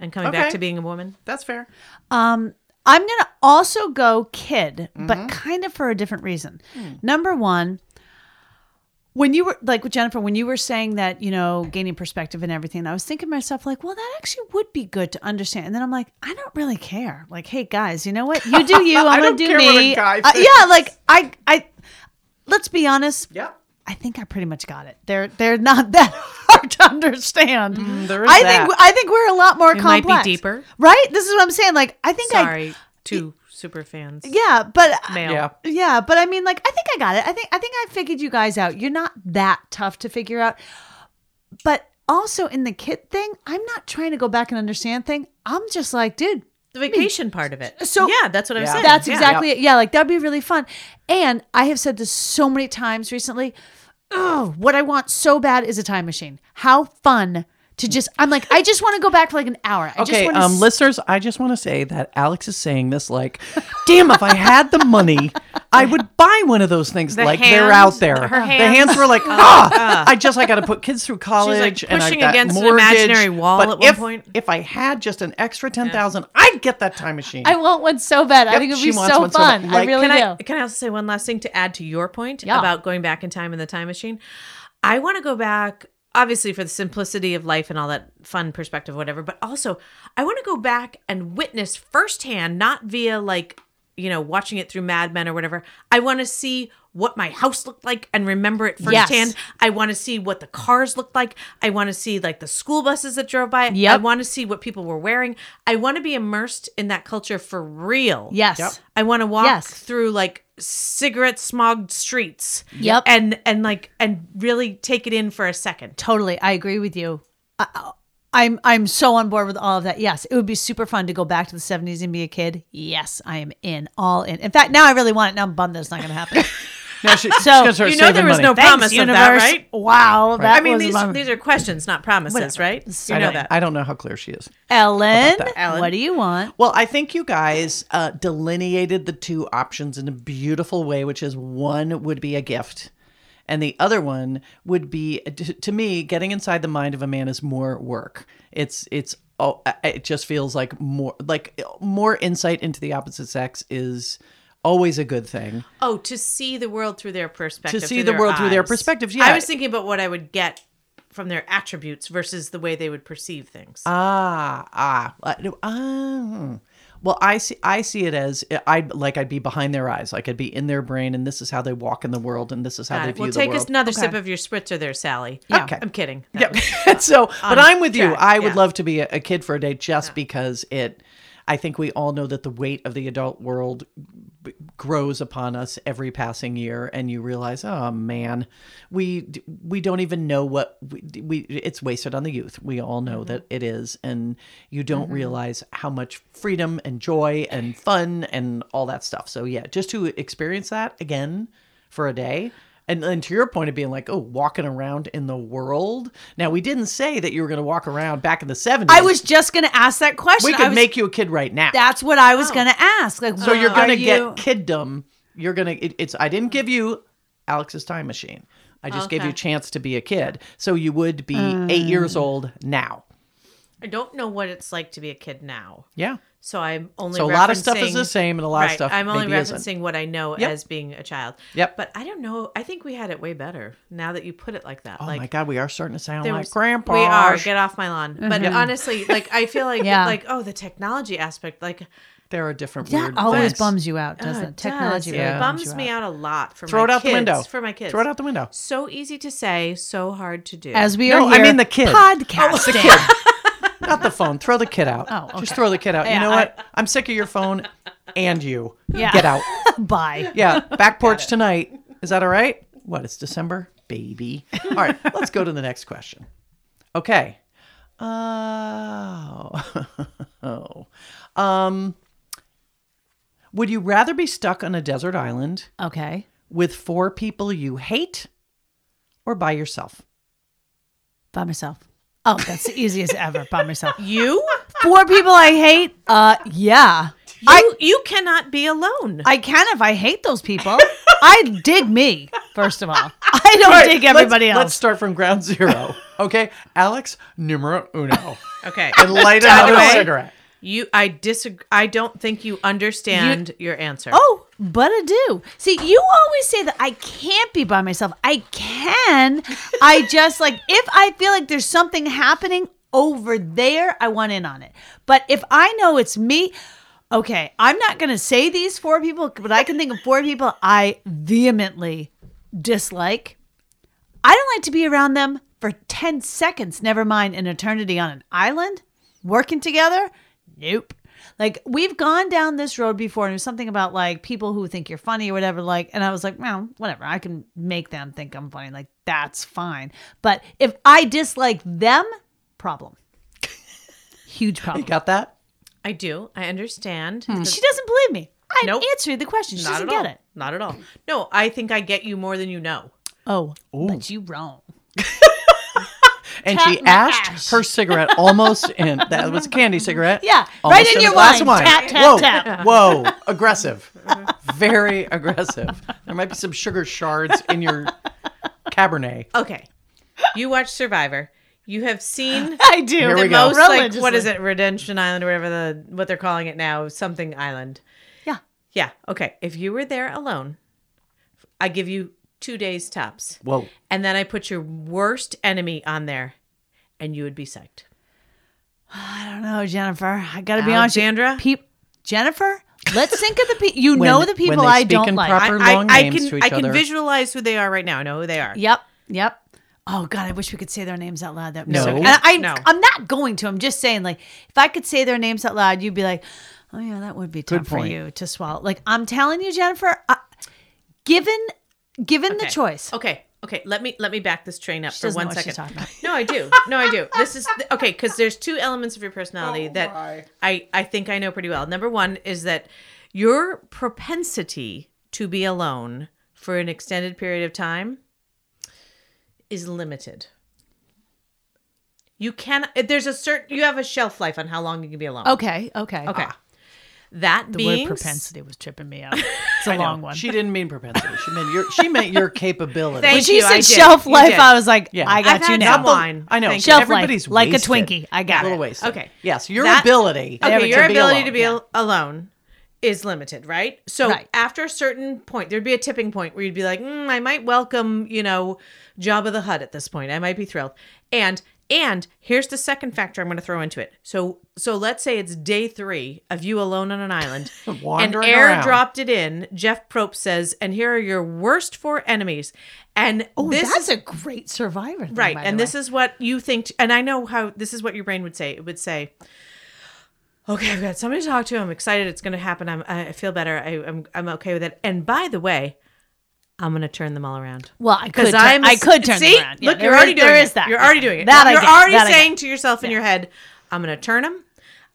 Speaker 3: and coming back
Speaker 1: Okay.
Speaker 3: to being a woman.
Speaker 1: That's fair.
Speaker 2: Um, I'm gonna also go kid,
Speaker 1: Mm-hmm.
Speaker 2: but kind of for a different reason.
Speaker 1: Hmm.
Speaker 2: Number one, when you were like Jennifer, when you were saying that, you know, gaining perspective and everything, I was thinking to myself, like, well, that actually would be good to understand. And then I'm like, I don't really care. Like, hey guys, you know what? You do you. I'm
Speaker 1: I
Speaker 2: gonna
Speaker 1: don't
Speaker 2: do
Speaker 1: care what a
Speaker 2: me.
Speaker 1: guy
Speaker 2: Uh,
Speaker 1: thinks.
Speaker 2: yeah, like I, I. Let's be honest.
Speaker 1: Yeah.
Speaker 2: I think I pretty much got it. They're they're not that hard to understand.
Speaker 1: Mm, there is
Speaker 2: I
Speaker 1: Mm-hmm. that.
Speaker 2: think I think we're a lot more
Speaker 3: It might be
Speaker 2: complex.
Speaker 3: deeper.
Speaker 2: right? This is what I'm saying. Like I think I
Speaker 3: Sorry, two super fans.
Speaker 2: yeah, but uh,
Speaker 3: Male.
Speaker 1: Yeah.
Speaker 2: yeah, but I mean, like, I think I got it. I think I think I figured you guys out. You're not that tough to figure out. But also in the kid thing, I'm not trying to go back and understand thing. I'm just like, dude,
Speaker 3: The vacation part of it.
Speaker 2: So-
Speaker 3: yeah, that's what I was
Speaker 1: Yeah.
Speaker 3: saying.
Speaker 2: that's
Speaker 3: Yeah.
Speaker 2: exactly it. Yeah, like that'd be really fun. And I have said this so many times recently. Oh, what I want so bad is a time machine. How fun to just I'm like, I just want to go back for like an hour. I just
Speaker 1: Okay,
Speaker 2: want to
Speaker 1: um, listeners, I just want to say that Alex is saying this like, damn, if I had the money, I would buy one of those things.
Speaker 3: The
Speaker 1: like they're out
Speaker 3: hands-
Speaker 1: there.
Speaker 3: her
Speaker 1: the
Speaker 3: hands. Uh,
Speaker 1: hands were like, ah, I just I got to put kids through college. and
Speaker 3: pushing
Speaker 1: I got
Speaker 3: against an
Speaker 1: mortgage.
Speaker 3: imaginary wall
Speaker 1: But
Speaker 3: at one
Speaker 1: if-
Speaker 3: point.
Speaker 1: If I had just an extra ten thousand, I'd get that time machine.
Speaker 2: I want one so bad. I
Speaker 1: Yep,
Speaker 2: think it'd
Speaker 1: she
Speaker 2: be
Speaker 1: wants
Speaker 2: so
Speaker 1: one so
Speaker 2: fun.
Speaker 1: bad.
Speaker 2: I
Speaker 1: Like,
Speaker 2: really do.
Speaker 3: can I can I also say one last thing to add to your point
Speaker 2: Yeah.
Speaker 3: about going back in time in the time machine? I want to go back obviously for the simplicity of life and all that fun perspective whatever, but also I want to go back and witness firsthand, not via like, you know, watching it through Mad Men or whatever. I want to see what my house looked like and remember it
Speaker 2: Yes.
Speaker 3: firsthand. I want to see what the cars looked like. I want to see like the school buses that drove by. I
Speaker 2: Yep.
Speaker 3: want to see what people were wearing. I want to be immersed in that culture for real.
Speaker 2: yes.
Speaker 1: Yep.
Speaker 3: I want to walk
Speaker 2: Yes.
Speaker 3: through like cigarette smogged streets.
Speaker 2: Yep.
Speaker 3: And and like and really take it in for a second.
Speaker 2: Totally, I agree with you. I, I'm I'm so on board with all of that. Yes, it would be super fun to go back to the 70s and be a kid. Yes, I am in, all in. In fact, now I really want it. Now I'm bummed that it's not going to happen.
Speaker 1: Now she- she's
Speaker 2: So,
Speaker 1: gonna start
Speaker 3: you know there
Speaker 1: saving
Speaker 3: was
Speaker 1: money.
Speaker 3: no
Speaker 1: That-
Speaker 3: Promise of that, right?
Speaker 2: Wow, that
Speaker 3: I mean
Speaker 2: was
Speaker 3: these
Speaker 2: my-
Speaker 3: these are questions, not promises,
Speaker 2: Whatever.
Speaker 3: right?
Speaker 2: It's
Speaker 3: You
Speaker 1: I
Speaker 3: know
Speaker 1: don't,
Speaker 3: that.
Speaker 1: I don't know how clear she is.
Speaker 2: Ellen,
Speaker 3: Ellen.
Speaker 2: What do you want?
Speaker 1: Well, I think you guys uh, delineated the two options in a beautiful way, which is one would be a gift and the other one would be to to me getting inside the mind of a man is more work. It's it's oh, I- it just feels like more like more insight into the opposite sex is always a good thing.
Speaker 3: Oh, to see the world through their perspective.
Speaker 1: To see
Speaker 3: through
Speaker 1: the
Speaker 3: their
Speaker 1: world through their
Speaker 3: eyes.
Speaker 1: perspectives,
Speaker 3: I
Speaker 1: yeah.
Speaker 3: was thinking about what I would get from their attributes versus the way they would perceive things.
Speaker 1: Ah, ah, I- no, ah. Well, I see. I see it as I'd like I'd be behind their eyes, like I'd be in their brain, and this is how they walk in the world, and this is how
Speaker 3: Got
Speaker 1: they
Speaker 3: it.
Speaker 1: view
Speaker 3: Well,
Speaker 1: the
Speaker 3: take
Speaker 1: world.
Speaker 3: us another sip of your spritzer there, Sally.
Speaker 1: Yeah. Okay.
Speaker 3: I'm kidding. That
Speaker 1: Yeah.
Speaker 3: was-
Speaker 1: so, but I'm with you.
Speaker 3: track,
Speaker 1: I would
Speaker 3: yeah.
Speaker 1: love to be a, a kid for a day just because it, I think we all know that the weight of the adult world b- grows upon us every passing year. And you realize, oh man, we, d- we don't even know what we, d- we it's wasted on the youth. We all know
Speaker 2: Mm-hmm.
Speaker 1: that it is. And you don't realize how much freedom and joy and fun and all that stuff. So yeah, just to experience that again for a day. And, and to your point of being like, oh, walking around in the world. Now, we didn't say that you were going to walk around back in the 70s.
Speaker 2: I was just going to ask that question.
Speaker 1: We
Speaker 2: I
Speaker 1: could
Speaker 2: was,
Speaker 1: make you a kid right now.
Speaker 2: That's what I was going to ask. Like,
Speaker 1: so
Speaker 3: Uh,
Speaker 1: you're
Speaker 2: are
Speaker 1: going to get
Speaker 2: you-
Speaker 1: kiddom. You're going it, to, it's, I didn't give you Alex's time machine. I just gave
Speaker 3: Okay. Mm.
Speaker 1: you a chance to be a kid. So you would be eight years old now.
Speaker 3: I don't know what it's like to be a kid now.
Speaker 1: Yeah.
Speaker 3: So I'm only
Speaker 1: So a lot of stuff is the
Speaker 3: referencing-
Speaker 1: same and a lot of
Speaker 3: Right.
Speaker 1: stuff
Speaker 3: I'm only
Speaker 1: maybe
Speaker 3: referencing
Speaker 1: isn't.
Speaker 3: what I know
Speaker 1: Yep.
Speaker 3: as being a child.
Speaker 1: Yep.
Speaker 3: But I don't know. I think we had it way better now that you put it like that.
Speaker 1: Oh
Speaker 3: like
Speaker 1: my God, we are starting to sound
Speaker 3: there
Speaker 1: like
Speaker 3: was-
Speaker 1: grandpa. Mm-hmm.
Speaker 3: We are. Get off my lawn. But honestly, like I feel like
Speaker 2: Yeah.
Speaker 3: like oh the technology aspect like
Speaker 1: There are different
Speaker 2: that
Speaker 1: weird
Speaker 2: always
Speaker 1: things.
Speaker 2: bums you out, doesn't
Speaker 3: oh,
Speaker 2: it?
Speaker 3: it
Speaker 2: Technology
Speaker 3: does.
Speaker 2: really
Speaker 1: Yeah.
Speaker 2: bums,
Speaker 3: bums
Speaker 2: you
Speaker 3: me out. a lot for
Speaker 1: Throw
Speaker 3: my
Speaker 1: it out
Speaker 3: kids,
Speaker 1: the window.
Speaker 3: for my kids.
Speaker 1: Throw it out the window.
Speaker 3: So easy to say, so hard to do.
Speaker 2: As we
Speaker 1: No,
Speaker 2: are
Speaker 1: I
Speaker 2: here,
Speaker 1: mean the kid. Oh,
Speaker 2: podcasting.
Speaker 1: Not the phone. Throw the kid out.
Speaker 2: Oh,
Speaker 1: Just
Speaker 2: okay.
Speaker 1: throw the kid out. you
Speaker 2: Yeah,
Speaker 1: know
Speaker 2: I-
Speaker 1: what? I'm sick of your phone and you.
Speaker 2: Yeah.
Speaker 1: Get out.
Speaker 2: Bye.
Speaker 1: Yeah. Back porch tonight. Is that all right? What? It's December? Baby. All right. Let's go to the next question. Okay. Oh. um, would you rather be stuck on a desert island
Speaker 2: Okay.
Speaker 1: with four people you hate or by yourself?
Speaker 2: By myself. Oh, that's the easiest ever. By myself.
Speaker 3: you
Speaker 2: Four people I hate. Uh, yeah.
Speaker 3: you, you cannot be alone.
Speaker 2: I can if I hate those people. I dig me, first of all. I don't
Speaker 1: All right,
Speaker 2: dig
Speaker 1: let's-
Speaker 2: everybody else.
Speaker 1: Let's start from ground zero. Okay. Alex, numero uno.
Speaker 3: okay.
Speaker 1: and light another
Speaker 3: way-
Speaker 1: cigarette.
Speaker 3: You I disagree I don't think you understand your answer.
Speaker 2: Oh, but I do. See, you always say that I can't be by myself. I can. I just like if I feel like there's something happening over there, I want in on it. But if I know it's me, okay, I'm not going to say these four people, but I can think of four people I vehemently dislike. I don't like to be around them for 10 seconds, never mind an eternity on an island working together. Nope. Like we've gone down this road before and it was something about like people who think you're funny or whatever like and I was like, "Well, whatever. I can make them think I'm funny. Like that's fine." But if I dislike them, problem. Huge problem.
Speaker 1: You got that?
Speaker 3: I do. I understand.
Speaker 1: Hmm.
Speaker 2: She doesn't believe me. I
Speaker 3: Nope.
Speaker 2: answered the question. She
Speaker 3: Not
Speaker 2: doesn't
Speaker 3: at
Speaker 2: get
Speaker 3: all.
Speaker 2: it.
Speaker 3: Not at all. No, I think I get you more than you know.
Speaker 2: Oh, but you wrong.
Speaker 1: And
Speaker 2: Tap
Speaker 1: she
Speaker 2: my
Speaker 1: ashed
Speaker 2: ash.
Speaker 1: her cigarette almost in. That was a candy cigarette.
Speaker 2: Yeah,
Speaker 1: Almost
Speaker 2: right in
Speaker 1: a
Speaker 2: your
Speaker 1: glass of
Speaker 2: wine. Tap, tap,
Speaker 1: whoa,
Speaker 2: tap.
Speaker 1: whoa, aggressive, very aggressive. There might be some sugar shards in your Cabernet.
Speaker 3: Okay. You watch Survivor. You have seen
Speaker 2: I do.
Speaker 1: Here
Speaker 3: the
Speaker 1: we go.
Speaker 3: most like
Speaker 2: Religiously.
Speaker 3: what is it redemption island or whatever the what they're calling it now something island
Speaker 2: Yeah.
Speaker 3: yeah okay if you were there alone i give you two days tops
Speaker 1: Whoa,
Speaker 3: and then i put your worst enemy on there and you would be psyched
Speaker 2: I don't know, Jennifer. I got to be
Speaker 3: Alexandra?
Speaker 2: honest. Peop- Jennifer, let's think of the people. You know the
Speaker 1: when
Speaker 2: people
Speaker 1: they
Speaker 2: I
Speaker 1: speak in
Speaker 2: don't like.
Speaker 1: proper-
Speaker 3: i,
Speaker 1: Or
Speaker 3: I,
Speaker 1: long
Speaker 3: I
Speaker 1: names to
Speaker 3: can
Speaker 1: each
Speaker 3: i can
Speaker 1: other.
Speaker 3: visualize who they are right now i know who they are
Speaker 2: yep, yep. Oh God, I wish we could say their names out loud. That
Speaker 1: No.
Speaker 2: and I,
Speaker 3: No.
Speaker 2: I'm not going to. I'm just saying, like, if I could say their names out loud, you'd be like, "Oh yeah, that would be tough for
Speaker 1: point.
Speaker 2: you to swallow." Like, I'm telling you, Jennifer. I, given, given the
Speaker 3: Okay.
Speaker 2: choice,
Speaker 3: okay okay let me let me back this train up for
Speaker 2: doesn't know
Speaker 3: one
Speaker 2: what she's
Speaker 3: second.
Speaker 2: talking about.
Speaker 3: no i do no i do this is okay because there's two elements of your personality that i i think i know pretty well number one is that your propensity to be alone for an extended period of time is limited you can there's a certain you have a shelf life on how long you can be alone
Speaker 2: okay, okay,
Speaker 3: Okay. That
Speaker 2: Oh, ah. The
Speaker 3: being
Speaker 2: word propensity was tripping me out. It's a
Speaker 1: I know.
Speaker 2: long one.
Speaker 1: She didn't mean propensity. She meant your. She meant your capability.
Speaker 3: Thank
Speaker 2: when she
Speaker 3: you, I
Speaker 2: said
Speaker 3: did.
Speaker 2: shelf
Speaker 3: You
Speaker 2: life,
Speaker 3: did.
Speaker 2: I was like,
Speaker 1: Yeah.
Speaker 2: I got
Speaker 3: I've
Speaker 2: you
Speaker 3: had
Speaker 2: now.
Speaker 3: some wine.
Speaker 1: I know.
Speaker 3: Thank
Speaker 2: Shelf
Speaker 1: Everybody's
Speaker 2: life, like a
Speaker 1: wasted.
Speaker 2: Twinkie. I got
Speaker 1: a little
Speaker 2: it.
Speaker 1: wasted.
Speaker 3: Okay.
Speaker 1: Yes, your
Speaker 3: That-
Speaker 1: ability.
Speaker 3: okay, your
Speaker 1: to be
Speaker 3: ability
Speaker 1: alone.
Speaker 3: to be al- alone is limited, right? So
Speaker 2: Right.
Speaker 3: after a certain point, there'd be a tipping point where you'd be like, mm, I might welcome, you know, Jabba the Hutt at this point. I might be thrilled. And and here's the second factor I'm going to throw into it. So so let's say it's day three of you alone on an island, and
Speaker 1: Wandering
Speaker 3: airdropped
Speaker 1: around.
Speaker 3: it in. Jeff Probst says, and here are your worst four enemies. And
Speaker 1: Oh,
Speaker 2: Ooh,
Speaker 3: this
Speaker 2: that's
Speaker 3: is
Speaker 2: a great survivor. Thing,
Speaker 3: right
Speaker 2: Oh, by
Speaker 3: and
Speaker 2: the
Speaker 3: this is what you think t- and i know how this is what your brain would say it would say okay i've got somebody to talk to i'm excited it's going to happen i'm i feel better I, i'm i'm okay with it and by the way i'm going to turn them all around
Speaker 2: Well, I could.
Speaker 3: because
Speaker 2: Turn,
Speaker 3: I'm.
Speaker 2: I could turn
Speaker 3: See,
Speaker 2: them around. Yeah,
Speaker 3: look,
Speaker 2: there
Speaker 3: you're
Speaker 2: is-
Speaker 3: already doing
Speaker 2: there
Speaker 3: it.
Speaker 2: is that.
Speaker 3: You're already doing it.
Speaker 2: That I
Speaker 3: you're
Speaker 2: get.
Speaker 3: already
Speaker 2: That I get.
Speaker 3: saying to yourself in your head, "I'm going to turn them.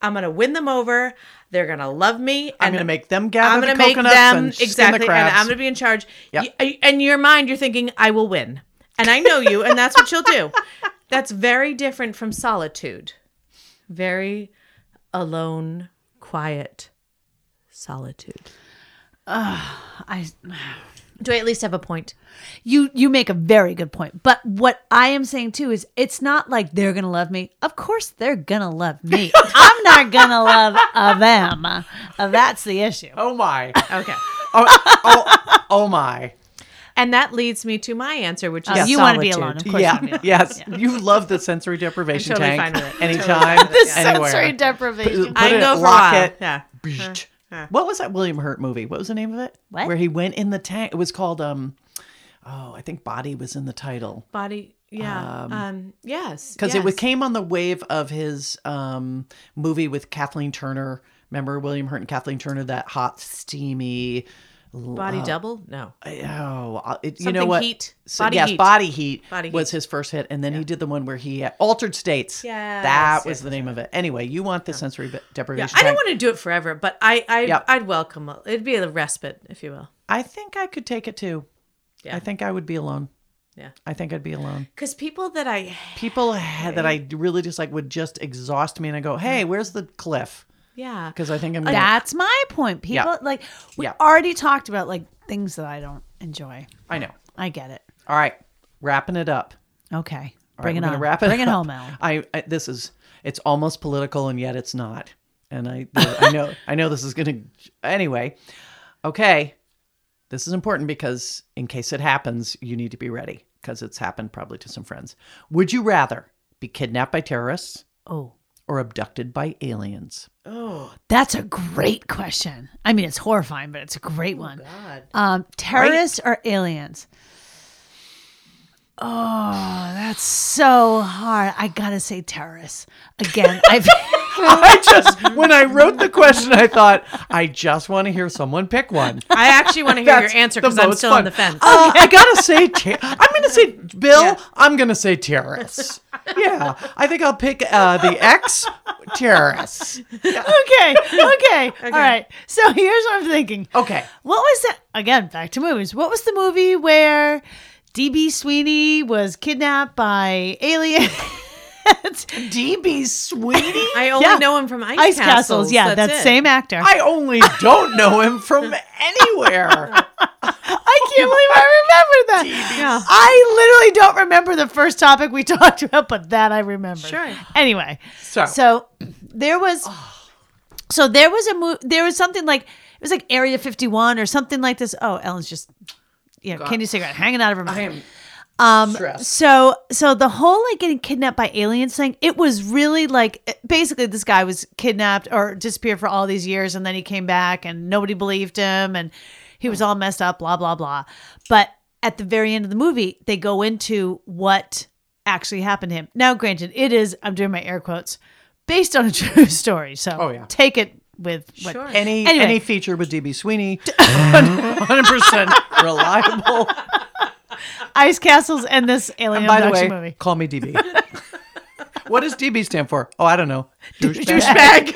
Speaker 3: I'm going to win them over. They're going to love me. And
Speaker 1: I'm going to make them gather the
Speaker 3: gonna
Speaker 1: coconuts and skin the
Speaker 3: exactly, and
Speaker 1: crabs.
Speaker 3: I'm going to be in charge.
Speaker 1: Yep.
Speaker 3: Y- and your mind, you're thinking, "I will win," and I know you, and that's what you'll do. That's very different from solitude. Very alone, quiet solitude.
Speaker 2: I,
Speaker 3: Do I at least have a point?
Speaker 2: you you make a very good point. But what I am saying too is, it's not like they're gonna love me. Of course, they're gonna love me. I'm not gonna love uh, them. Uh, that's the issue.
Speaker 1: Oh my.
Speaker 3: Okay,
Speaker 1: Oh, oh, oh my.
Speaker 3: and that leads me to my answer, which is
Speaker 2: Oh, you wanna be
Speaker 3: solitude.
Speaker 2: alone. Of course
Speaker 1: Yeah.
Speaker 2: you do.
Speaker 1: Yes. You love the sensory deprivation
Speaker 3: I'm totally
Speaker 1: tank.
Speaker 3: fine with it. I'm totally
Speaker 1: Anytime.
Speaker 3: fine with it, yeah.
Speaker 1: anywhere. uh,
Speaker 2: deprivation.
Speaker 1: Put
Speaker 3: I
Speaker 1: it,
Speaker 3: can go for a
Speaker 1: lock
Speaker 3: while.
Speaker 1: it.
Speaker 3: Yeah.
Speaker 1: Beach. What was that William Hurt movie? What was the name of it?
Speaker 2: What?
Speaker 1: Where he went in the tank. It was called um oh, I think Body was in the title.
Speaker 3: Body. Yeah. Um. yes.
Speaker 1: Because it
Speaker 3: yes.
Speaker 1: was, came on the wave of his um movie with Kathleen Turner. Remember William Hurt and Kathleen Turner, that hot, steamy
Speaker 3: body double. No.
Speaker 1: Oh, uh, it, you
Speaker 3: Something
Speaker 1: know what?
Speaker 3: Heat.
Speaker 1: So-
Speaker 3: Body
Speaker 1: yes,
Speaker 3: Heat.
Speaker 1: Body Heat
Speaker 3: Body
Speaker 1: was
Speaker 3: Heat.
Speaker 1: his first hit, and then he did the one where he uh, altered states.
Speaker 3: Yes,
Speaker 1: that
Speaker 3: yes,
Speaker 1: was the name of it. Anyway, you want the sensory be-
Speaker 3: Yeah,
Speaker 1: deprivation?
Speaker 3: I don't
Speaker 1: tank.
Speaker 3: want to do it forever, but I, I
Speaker 1: Yep.
Speaker 3: I'd welcome a, it'd be a respite, if you will.
Speaker 1: I think I could take it too.
Speaker 3: Yeah.
Speaker 1: I think I would be alone.
Speaker 3: Yeah.
Speaker 1: I think I'd be alone.
Speaker 3: Because people that I
Speaker 1: People ha- that I really just like would just exhaust me, and I go, "Hey, where's the cliff?"
Speaker 3: yeah
Speaker 1: Because I think I'm gonna.
Speaker 2: That's my point.
Speaker 1: Yeah.
Speaker 2: People like we
Speaker 1: Yeah.
Speaker 2: already talked about like things that I don't enjoy.
Speaker 1: I know.
Speaker 2: I get it.
Speaker 1: All right, wrapping it up.
Speaker 2: Okay.
Speaker 1: All
Speaker 2: Bring
Speaker 1: right,
Speaker 2: it
Speaker 1: we're
Speaker 2: on.
Speaker 1: gonna Wrap it
Speaker 2: Bring it
Speaker 1: up.
Speaker 2: home, Ellen.
Speaker 1: I, I this is it's almost political and yet it's not. And I I know I know this is going to anyway. Okay. This is important because in case it happens, you need to be ready because it's happened probably to some friends. Would you rather be kidnapped by terrorists
Speaker 2: Oh.
Speaker 1: or abducted by aliens?
Speaker 2: That's a great question. I mean, it's horrifying, but it's a great one.
Speaker 3: God
Speaker 2: Um, terrorists or aliens? Oh, that's so hard. I gotta say terrorists again. I've
Speaker 1: I just when I wrote the question, I thought I just want to hear someone pick one.
Speaker 3: I actually want to hear your
Speaker 1: That's
Speaker 3: answer
Speaker 1: the
Speaker 3: because I'm
Speaker 1: most
Speaker 3: still
Speaker 1: fun.
Speaker 3: on the fence.
Speaker 1: Uh, I gotta say, ter- I'm gonna say Bill. I'm gonna say terrorists. Yeah, I think I'll pick uh, the ex terrorists.
Speaker 2: okay, okay, all right. So here's what I'm thinking.
Speaker 1: Okay.
Speaker 2: What was that? Again, back to movies. What was the movie where DB Sweeney was kidnapped by aliens?
Speaker 1: DB Sweeney.
Speaker 3: I only
Speaker 2: yeah.
Speaker 3: know him from Ice,
Speaker 2: Ice Castles. Yeah,
Speaker 3: that's
Speaker 2: that
Speaker 3: it.
Speaker 2: same actor. I,
Speaker 1: I only don't know him from anywhere.
Speaker 2: can't believe I remembered that.
Speaker 3: Yeah.
Speaker 2: I literally don't remember the first topic we talked about, but that I remember.
Speaker 3: Sure.
Speaker 2: Anyway,
Speaker 1: So,
Speaker 2: so there was, so there was a move. There was something like it was like Area Fifty One or something like this. Oh, Ellen's just, you know, candy cigarette hanging out of her mouth.
Speaker 1: I am stressed.
Speaker 2: So, so the whole like getting kidnapped by aliens thing, it was really like eh, basically this guy was kidnapped or disappeared for all these years, and then he came back, and nobody believed him, and he was all messed up, blah blah blah. But at the very end of the movie, they go into what actually happened to him. Now, granted, it is I'm doing my air quotes based on a true story, so
Speaker 1: Oh, yeah.
Speaker 2: take it with what,
Speaker 3: Sure.
Speaker 1: Any
Speaker 2: Anyway.
Speaker 1: any feature with DB Sweeney, 100 percent reliable.
Speaker 2: ice castles and this alien
Speaker 1: By the way,
Speaker 2: abduction movie.
Speaker 1: call me DB. what does DB stand for? Oh, I don't know.
Speaker 2: douchebag.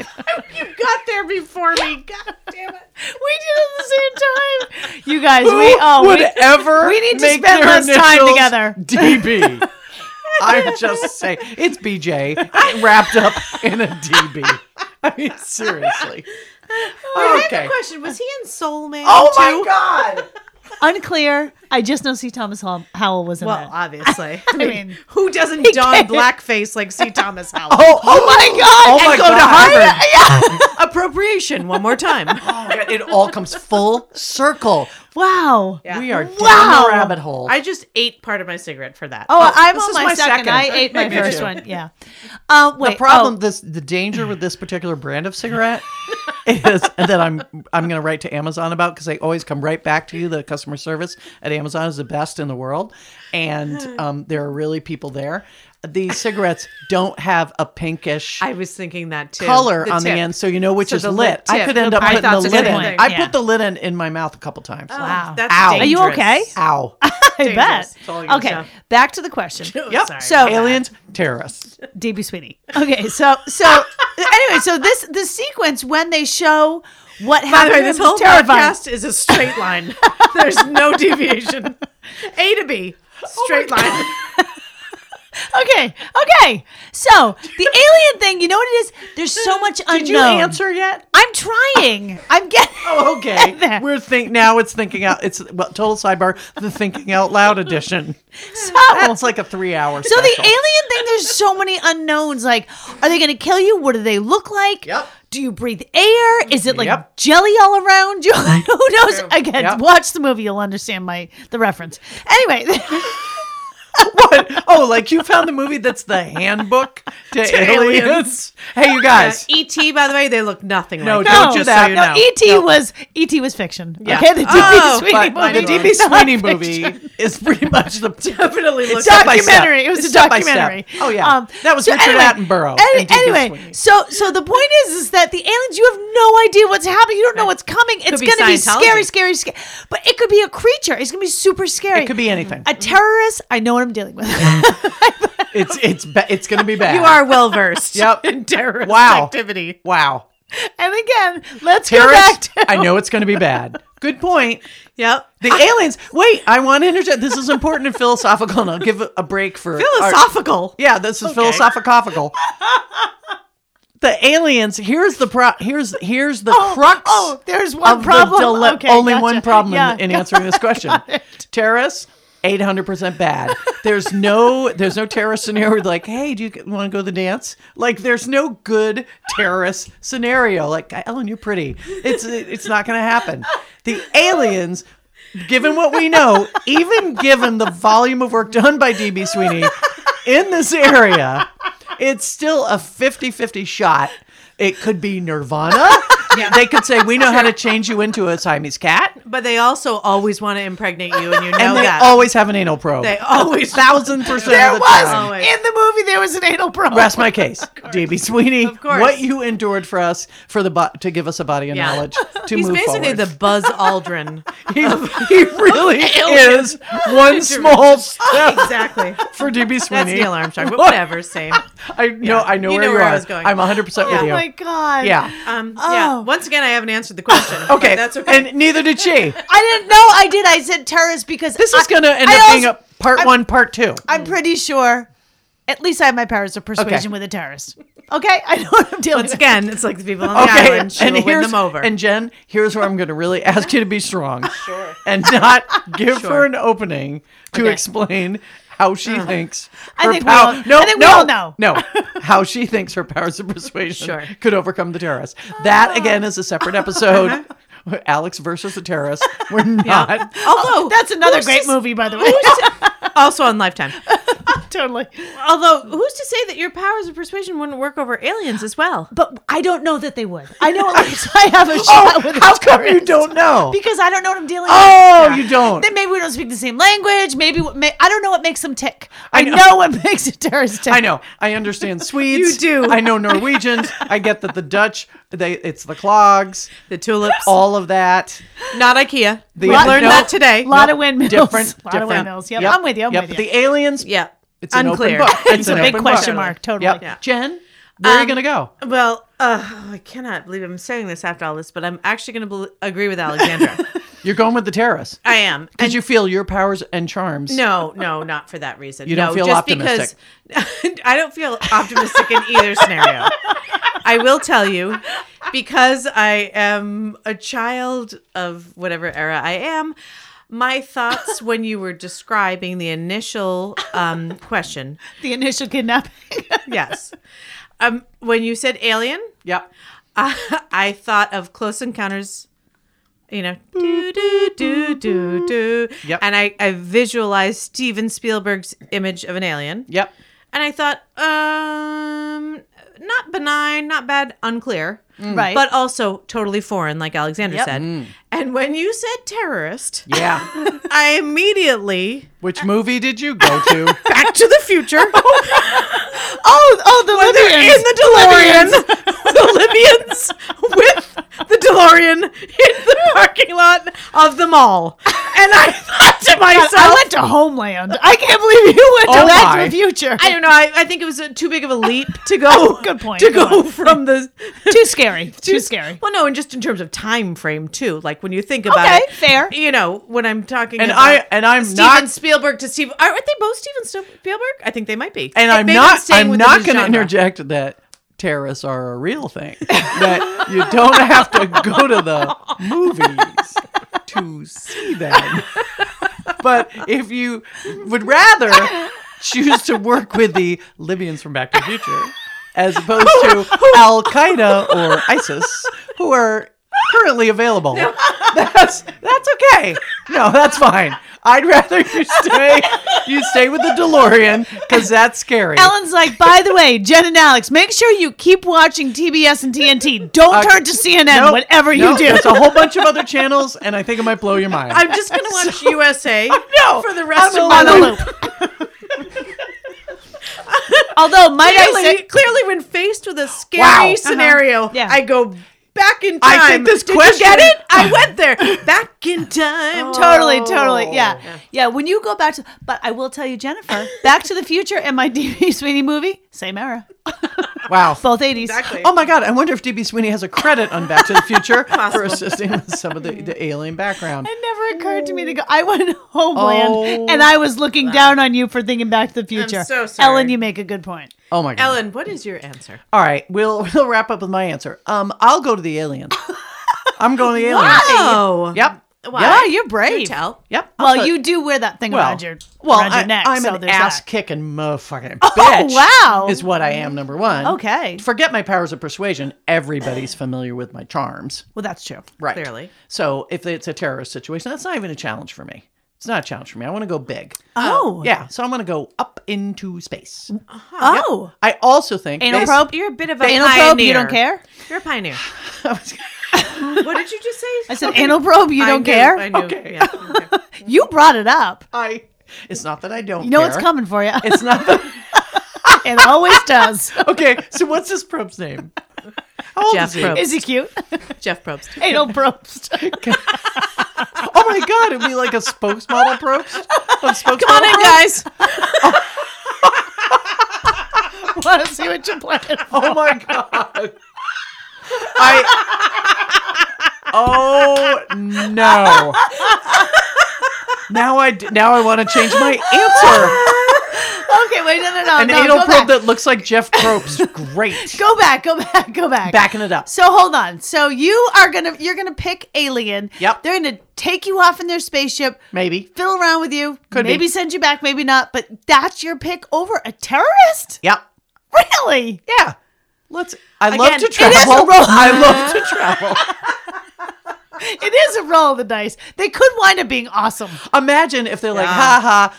Speaker 2: you got there before me. God damn it. We did it at the same time. You guys, we oh
Speaker 1: would
Speaker 2: we,
Speaker 1: ever
Speaker 2: we need to
Speaker 1: make
Speaker 2: spend
Speaker 1: their
Speaker 2: less time
Speaker 1: initials
Speaker 2: together.
Speaker 1: DB. I'm just saying, it's BJ wrapped up in a DB. I mean, seriously.
Speaker 3: I have
Speaker 1: Okay.
Speaker 3: a question. Was he in Soul Man?
Speaker 1: Oh
Speaker 3: too?
Speaker 1: my god.
Speaker 2: Unclear. I just know C. Thomas Howell, Howell was in
Speaker 3: Well,
Speaker 2: that.
Speaker 3: obviously. I
Speaker 2: mean,
Speaker 3: mean, who doesn't don blackface like C. Thomas Howell?
Speaker 1: Oh, oh my god. Oh my
Speaker 3: and go
Speaker 1: god.
Speaker 3: to Harvard. Appropriation one more time.
Speaker 1: Oh my god. It all comes full circle.
Speaker 2: wow.
Speaker 3: Yeah.
Speaker 1: We are
Speaker 2: Wow.
Speaker 1: down the rabbit hole.
Speaker 3: I just ate part of my cigarette for that.
Speaker 2: Oh, I'm
Speaker 1: this
Speaker 2: on
Speaker 1: is
Speaker 2: my,
Speaker 1: my
Speaker 2: second.
Speaker 1: second.
Speaker 2: I ate my
Speaker 1: Me too.
Speaker 2: first one. Yeah. Um, wait.
Speaker 1: the problem,
Speaker 2: oh,
Speaker 1: this the danger with this particular brand of cigarette is that I'm I'm going to write to Amazon about because they always come right back to you. The customer service at Amazon is the best in the world, and um, there are really people there. These cigarettes don't have a pinkish.
Speaker 3: I was thinking that too.
Speaker 1: color on the
Speaker 3: tip.
Speaker 1: end, so you know which
Speaker 3: So
Speaker 1: is
Speaker 3: the
Speaker 1: lit.
Speaker 3: lit
Speaker 1: I
Speaker 3: tip.
Speaker 1: could end up
Speaker 3: I
Speaker 1: putting
Speaker 3: thought
Speaker 1: the
Speaker 3: that's a
Speaker 1: lid in.
Speaker 3: good point.
Speaker 1: I
Speaker 2: Yeah.
Speaker 1: put the lid in in my mouth a couple times.
Speaker 3: Oh,
Speaker 2: Wow.
Speaker 3: That's
Speaker 1: Ow.
Speaker 2: Are you
Speaker 3: dangerous.
Speaker 2: okay?
Speaker 1: Ow!
Speaker 2: I bet.
Speaker 3: That's all you
Speaker 2: Okay.
Speaker 3: know.
Speaker 2: Back to the question.
Speaker 1: Yep.
Speaker 3: Sorry.
Speaker 2: So-
Speaker 1: aliens, terrorists.
Speaker 2: DB Sweeney. Okay, so so anyway, so this the sequence when they show what
Speaker 3: By the
Speaker 2: happened
Speaker 3: way, this
Speaker 2: was
Speaker 3: whole
Speaker 2: terrifying.
Speaker 3: podcast is a straight line. There's no deviation. A to B,
Speaker 1: Oh
Speaker 3: straight line.
Speaker 2: Okay, okay. So the alien thing, you know what it is? There's so much unknown.
Speaker 1: Did you answer yet?
Speaker 2: I'm trying. I'm getting.
Speaker 1: Oh, okay.
Speaker 2: There.
Speaker 1: We're think now. It's thinking out. It's well, total sidebar. The thinking out loud edition.
Speaker 2: So,
Speaker 1: That's like a three-hour.
Speaker 2: so the alien thing, there's so many unknowns. Like, are they going to kill you? What do they look like?
Speaker 1: Yep.
Speaker 2: Do you breathe air? Is it like
Speaker 1: Yep.
Speaker 2: jelly all around you? Who knows? Again,
Speaker 1: Yep.
Speaker 2: watch the movie. You'll understand my the reference. Anyway.
Speaker 1: what? Oh, like you found the movie that's the handbook to, aliens.
Speaker 3: aliens.
Speaker 1: Hey, you
Speaker 2: Uh,
Speaker 1: guys.
Speaker 3: E.T., E by the way, they look nothing
Speaker 1: No,
Speaker 3: like
Speaker 1: don't
Speaker 3: that.
Speaker 1: do
Speaker 3: just
Speaker 1: that.
Speaker 3: So you
Speaker 2: no,
Speaker 3: know.
Speaker 2: E.T. was E.T. was fiction.
Speaker 1: Yeah.
Speaker 2: Okay, the D.B.
Speaker 3: Oh,
Speaker 2: Sweeney
Speaker 1: But
Speaker 3: my
Speaker 2: movie.
Speaker 1: the
Speaker 3: Lord.
Speaker 1: DB
Speaker 2: is not
Speaker 1: Sweeney
Speaker 2: fiction.
Speaker 1: movie is pretty much the
Speaker 3: Definitely looks
Speaker 1: step by step.
Speaker 2: documentary. It was
Speaker 1: It's
Speaker 2: a
Speaker 1: step by step.
Speaker 2: documentary. Um,
Speaker 1: Oh, yeah. That was Richard Attenborough
Speaker 2: Any,
Speaker 1: and D.B.
Speaker 2: anyway,
Speaker 1: Sweeney.
Speaker 2: so so the point is, is that the aliens, you have no idea what's happening. You don't know what's coming. It's
Speaker 3: be
Speaker 2: going to be
Speaker 3: Scientology.
Speaker 2: scary, scary, scary. But it could be a creature. It's going to be super scary.
Speaker 1: It could be anything.
Speaker 2: a terrorist. I know what I'm dealing with.
Speaker 1: It's it's ba- it's gonna be bad.
Speaker 3: You are well versed
Speaker 1: Yep.
Speaker 3: in terrorist
Speaker 1: Wow.
Speaker 3: activity.
Speaker 1: Wow.
Speaker 2: and again, let's go back
Speaker 1: Terrorist.
Speaker 2: to
Speaker 1: I know it's gonna be bad. Good point.
Speaker 3: Yep.
Speaker 1: The aliens. Wait, I want to interject. This is important and philosophical, and I'll give a, a break for our-
Speaker 3: Philosophical.
Speaker 1: yeah, this is philosophical. the aliens. Here's the pro. Here's here's the crux.
Speaker 2: Oh, there's one
Speaker 1: of the
Speaker 2: problem.
Speaker 1: dile-
Speaker 2: okay,
Speaker 1: only
Speaker 2: gotcha.
Speaker 1: one problem
Speaker 2: Yeah.
Speaker 1: in, in answering this question. Terrorists, eight hundred percent bad. There's no there's no terrorist scenario where like, hey, do you want to go to the dance? Like, there's no good terrorist scenario. Like, Ellen, you're pretty. It's it's not going to happen. The aliens. Given what we know, even given the volume of work done by DB Sweeney in this area, it's still a 50-50 shot. It could be Nirvana. They could say, "We know how to change you into a Siamese cat,"
Speaker 3: But they also always want to impregnate you, and you know
Speaker 1: and they
Speaker 3: that.
Speaker 1: always have an anal probe.
Speaker 3: Oh, they always.
Speaker 1: thousand percent
Speaker 2: There
Speaker 1: of the
Speaker 2: was
Speaker 1: time.
Speaker 3: Always.
Speaker 2: in the movie. There was an anal problem.
Speaker 1: Rest my case, DB Sweeney. Of
Speaker 3: course.
Speaker 1: What you endured for us for the bo- to give us a body of
Speaker 3: Yeah.
Speaker 1: knowledge to
Speaker 3: He's
Speaker 1: move
Speaker 3: basically
Speaker 1: forward.
Speaker 3: the Buzz Aldrin.
Speaker 1: he, he really is one small step
Speaker 3: exactly.
Speaker 1: for DB Sweeney.
Speaker 3: That's Neil Armstrong, but whatever, same.
Speaker 1: I know. I know
Speaker 3: You
Speaker 1: where
Speaker 3: know
Speaker 1: you
Speaker 3: where
Speaker 1: are.
Speaker 3: I was going.
Speaker 1: I'm 100 percent with
Speaker 2: Oh
Speaker 1: you.
Speaker 2: my god.
Speaker 1: yeah.
Speaker 3: Um, Yeah.
Speaker 2: Oh.
Speaker 3: Once again, I haven't answered the question. but
Speaker 1: Okay.
Speaker 3: that's okay.
Speaker 1: And neither did she.
Speaker 2: I didn't know I did. I said terrorist because
Speaker 1: This is
Speaker 2: I-
Speaker 1: going to end
Speaker 2: I
Speaker 1: up being
Speaker 2: also-
Speaker 1: a part
Speaker 2: I'm-
Speaker 1: one, part two.
Speaker 2: I'm pretty sure. At least I have my powers of persuasion
Speaker 1: Mm. Okay.
Speaker 2: with a terrorist. Okay, I know what I'm dealing
Speaker 3: Once
Speaker 2: with.
Speaker 3: again, it's like the people on the island. She will win
Speaker 1: here's-
Speaker 3: them over.
Speaker 1: And Jen, here's where I'm going to really ask you to be strong.
Speaker 3: Sure.
Speaker 1: And not give
Speaker 3: Sure.
Speaker 1: her an opening to
Speaker 3: Okay. Uh-huh.
Speaker 1: explain how she thinks.
Speaker 2: I
Speaker 1: her
Speaker 2: think we
Speaker 1: pow-
Speaker 2: all-
Speaker 1: no,
Speaker 2: I think we
Speaker 1: no,
Speaker 2: all know.
Speaker 1: No, how she thinks her powers of persuasion
Speaker 3: Sure.
Speaker 1: could overcome the terrorists. That again is a separate episode.
Speaker 3: Uh-huh.
Speaker 1: Alex versus the terrorists. We're not.
Speaker 3: although
Speaker 2: That's another
Speaker 3: who's
Speaker 2: great
Speaker 3: to-
Speaker 2: movie, by the way.
Speaker 3: Also on Lifetime.
Speaker 2: totally.
Speaker 3: Although, who's to say that your powers of persuasion wouldn't work over aliens as well?
Speaker 2: But I don't know that they would. I know at least I have a shot
Speaker 1: Oh,
Speaker 2: with a
Speaker 1: how come you
Speaker 2: terrorist.
Speaker 1: don't know?
Speaker 2: Because I don't know what I'm dealing
Speaker 1: oh,
Speaker 2: with.
Speaker 1: you don't.
Speaker 2: Then maybe we don't speak the same language. Maybe what may, I don't know what makes them tick. I,
Speaker 1: I
Speaker 2: know.
Speaker 1: know.
Speaker 2: what makes a terrorist tick.
Speaker 1: I know. I understand Swedes.
Speaker 3: You do.
Speaker 1: I know Norwegians. I get that the Dutch, they it's the clogs,
Speaker 3: The tulips.
Speaker 1: all of that.
Speaker 3: Not IKEA. we
Speaker 1: Lot-
Speaker 3: learned
Speaker 1: no.
Speaker 3: that today.
Speaker 2: A lot
Speaker 1: Yep.
Speaker 2: of windmills.
Speaker 1: Different.
Speaker 2: A lot
Speaker 1: different.
Speaker 2: of windmills. Yep, I'm with you. I'm
Speaker 1: yep.
Speaker 2: with you.
Speaker 1: The aliens.
Speaker 3: Yeah.
Speaker 1: It's an
Speaker 3: Unclear.
Speaker 1: open book.
Speaker 2: It's a
Speaker 1: an
Speaker 2: big
Speaker 1: open
Speaker 2: question
Speaker 1: book.
Speaker 2: mark. Totally.
Speaker 1: Yep.
Speaker 3: Yeah.
Speaker 1: Jen, where are
Speaker 3: Um,
Speaker 1: you gonna go?
Speaker 3: Well, uh, I cannot believe I'm saying this after all this, but I'm actually going to bel agree with Alexandra.
Speaker 1: You're going with the terrorists.
Speaker 3: I am.
Speaker 1: Did you feel your powers and charms?
Speaker 3: No, no, not for that reason.
Speaker 1: You don't
Speaker 3: no,
Speaker 1: feel
Speaker 3: just
Speaker 1: optimistic.
Speaker 3: because I don't feel optimistic in either scenario. I will tell you because I am a child of whatever era I am, my thoughts when you were describing the initial um, question,
Speaker 2: the initial kidnapping.
Speaker 3: yes, um, when you said alien,
Speaker 1: Yep.
Speaker 3: I, I thought of Close Encounters. You know, do do do do do,
Speaker 1: Yep.
Speaker 3: and I I visualized Steven Spielberg's image of an alien.
Speaker 1: Yep.
Speaker 3: And I thought, um, not benign, not bad, unclear,
Speaker 2: Mm. Right.
Speaker 3: but also totally foreign, like Alexander
Speaker 2: Yep. Mm.
Speaker 3: said. And when you said terrorist,
Speaker 1: Yeah.
Speaker 3: I immediately
Speaker 1: Which movie did you go to?
Speaker 3: back to the future.
Speaker 2: oh, oh, the
Speaker 3: when they're in the DeLorean, the Libyans with the DeLorean in the parking lot of the mall. And I thought to myself,
Speaker 2: I went to Homeland. I can't believe you went to
Speaker 1: Oh
Speaker 2: Back
Speaker 1: my.
Speaker 2: to the Future.
Speaker 3: I don't know. I, I think it was a, too big of a leap to go.
Speaker 2: Good point,
Speaker 3: To
Speaker 2: good
Speaker 3: go from the
Speaker 2: too scary. Too scary.
Speaker 3: Well, no, and just in terms of time frame too. Like when you think about
Speaker 2: Okay,
Speaker 3: it,
Speaker 2: fair.
Speaker 3: You know, when I'm talking
Speaker 1: And
Speaker 3: about
Speaker 1: I- and I'm
Speaker 3: Steven
Speaker 1: not-
Speaker 3: Spielberg to Steve. Aren't they both Steven Sto- Spielberg? I think they might be.
Speaker 1: And I'm
Speaker 3: Maybe
Speaker 1: not.
Speaker 3: staying
Speaker 1: I'm
Speaker 3: within
Speaker 1: not
Speaker 3: the
Speaker 1: going to
Speaker 3: genre.
Speaker 1: interject that terrorists are a real thing. that you don't have to go to the movies to see them. But if you would rather choose to work with the Libyans from Back to the Future as opposed to Al Qaeda or ISIS, who are currently available, that's that's okay. No, that's fine. I'd rather you stay you stay with the DeLorean because that's scary.
Speaker 2: Ellen's like, by the way, Jen and Alex, make sure you keep watching TBS and TNT. Don't
Speaker 1: Uh,
Speaker 2: turn to CNN,
Speaker 1: Nope,
Speaker 2: whatever
Speaker 1: nope,
Speaker 2: you do.
Speaker 1: There's a whole bunch of other channels, and I think it might blow your mind.
Speaker 3: I'm just going to watch USA
Speaker 1: no,
Speaker 3: for the rest
Speaker 1: I'm
Speaker 3: of my
Speaker 2: on a
Speaker 3: life.
Speaker 2: loop. Although, might I
Speaker 3: Clearly,
Speaker 2: say,
Speaker 3: clearly, when faced with a scary
Speaker 1: Wow.
Speaker 3: scenario,
Speaker 2: Yeah.
Speaker 3: I go back in time.
Speaker 1: I think this
Speaker 3: Did
Speaker 1: question-
Speaker 3: You get it? I went there. Back in time.
Speaker 2: totally, totally, yeah. yeah, When you go back to, but I will tell you, Jennifer, Back to the Future and my DB Sweeney movie, same era,
Speaker 1: wow.
Speaker 2: both eighties.
Speaker 3: Exactly.
Speaker 1: Oh my God! I wonder if DB Sweeney has a credit on Back to the Future for assisting with some of the, the alien background.
Speaker 2: It never occurred to me to go. I went Homeland,
Speaker 1: Oh.
Speaker 2: and I was looking down on you for thinking Back to the Future.
Speaker 3: so sorry.
Speaker 2: Ellen. You make a good point.
Speaker 1: Oh my God!
Speaker 3: Ellen, what is your answer?
Speaker 1: All right, we'll we'll wrap up with my answer. Um, I'll go to the aliens. I'm going to the aliens.
Speaker 3: Oh,
Speaker 1: Yep.
Speaker 3: Why?
Speaker 2: Yeah, you're brave.
Speaker 3: Do tell.
Speaker 1: Yep. I'll
Speaker 2: Well,
Speaker 1: put-
Speaker 2: you do wear that thing
Speaker 1: well,
Speaker 2: around your
Speaker 1: well,
Speaker 2: around your
Speaker 1: I,
Speaker 2: neck.
Speaker 1: I'm
Speaker 2: so
Speaker 1: an
Speaker 2: there's
Speaker 1: ass
Speaker 2: that. Oh,
Speaker 1: kicking motherfucking bitch.
Speaker 2: wow.
Speaker 1: Is what I am. Number one.
Speaker 2: Okay.
Speaker 1: Forget my powers of persuasion. Everybody's familiar with my charms.
Speaker 2: Well, that's true.
Speaker 1: Right.
Speaker 3: Clearly.
Speaker 1: So if it's a terrorist situation, that's not even a challenge for me. It's not a challenge for me. I want to go big.
Speaker 2: Oh,
Speaker 1: Yeah. So I'm going to go up into space.
Speaker 2: Oh,
Speaker 1: I also think.
Speaker 2: Anal
Speaker 1: basi-
Speaker 2: probe?
Speaker 3: You're a bit of a
Speaker 2: anal
Speaker 3: pioneer.
Speaker 2: probe. You don't care.
Speaker 3: You're a pioneer.
Speaker 1: I was-
Speaker 3: what did you just say?
Speaker 2: I said anal probe. You
Speaker 3: I
Speaker 2: don't
Speaker 3: knew-
Speaker 2: care.
Speaker 3: I knew.
Speaker 1: Okay.
Speaker 3: Yeah, okay.
Speaker 2: You brought it up.
Speaker 1: I- It's not that I don't.
Speaker 2: You know what's
Speaker 1: care.
Speaker 2: coming for you.
Speaker 1: It's not that.
Speaker 2: it always does.
Speaker 1: Okay. So what's this probe's name? How old
Speaker 3: Jeff
Speaker 1: is he?
Speaker 3: Probe.
Speaker 2: Is he cute?
Speaker 3: Jeff Probst.
Speaker 2: anal probes.
Speaker 1: Oh my God. It'd be like a spokesmodel probe. Of spokesmodel
Speaker 3: Come on in, guys.
Speaker 2: Want to see what you're playing? for.
Speaker 1: Oh my god. I Oh no. Now I d- now I want to change my answer.
Speaker 2: Okay, wait, no, no, no,
Speaker 1: An
Speaker 2: no.
Speaker 1: anal
Speaker 2: go
Speaker 1: probe
Speaker 2: back.
Speaker 1: that looks like Jeff Probst. Great.
Speaker 2: Go back, go back, go back.
Speaker 1: Backing it up.
Speaker 2: So hold on. So you are gonna you're gonna pick Alien.
Speaker 1: Yep.
Speaker 2: They're gonna take you off in their spaceship,
Speaker 1: Maybe.
Speaker 2: fiddle around with you,
Speaker 1: Could be.
Speaker 2: maybe send you back, maybe not. But that's your pick over a terrorist?
Speaker 1: Yep.
Speaker 2: Really?
Speaker 1: Yeah. Let's I love
Speaker 3: Again,
Speaker 1: to
Speaker 3: it is
Speaker 1: travel.
Speaker 2: a roll-
Speaker 1: I love to travel.
Speaker 2: It is a roll of the dice. They could wind up being awesome.
Speaker 1: Imagine if they're like,
Speaker 3: Yeah.
Speaker 1: ha ha,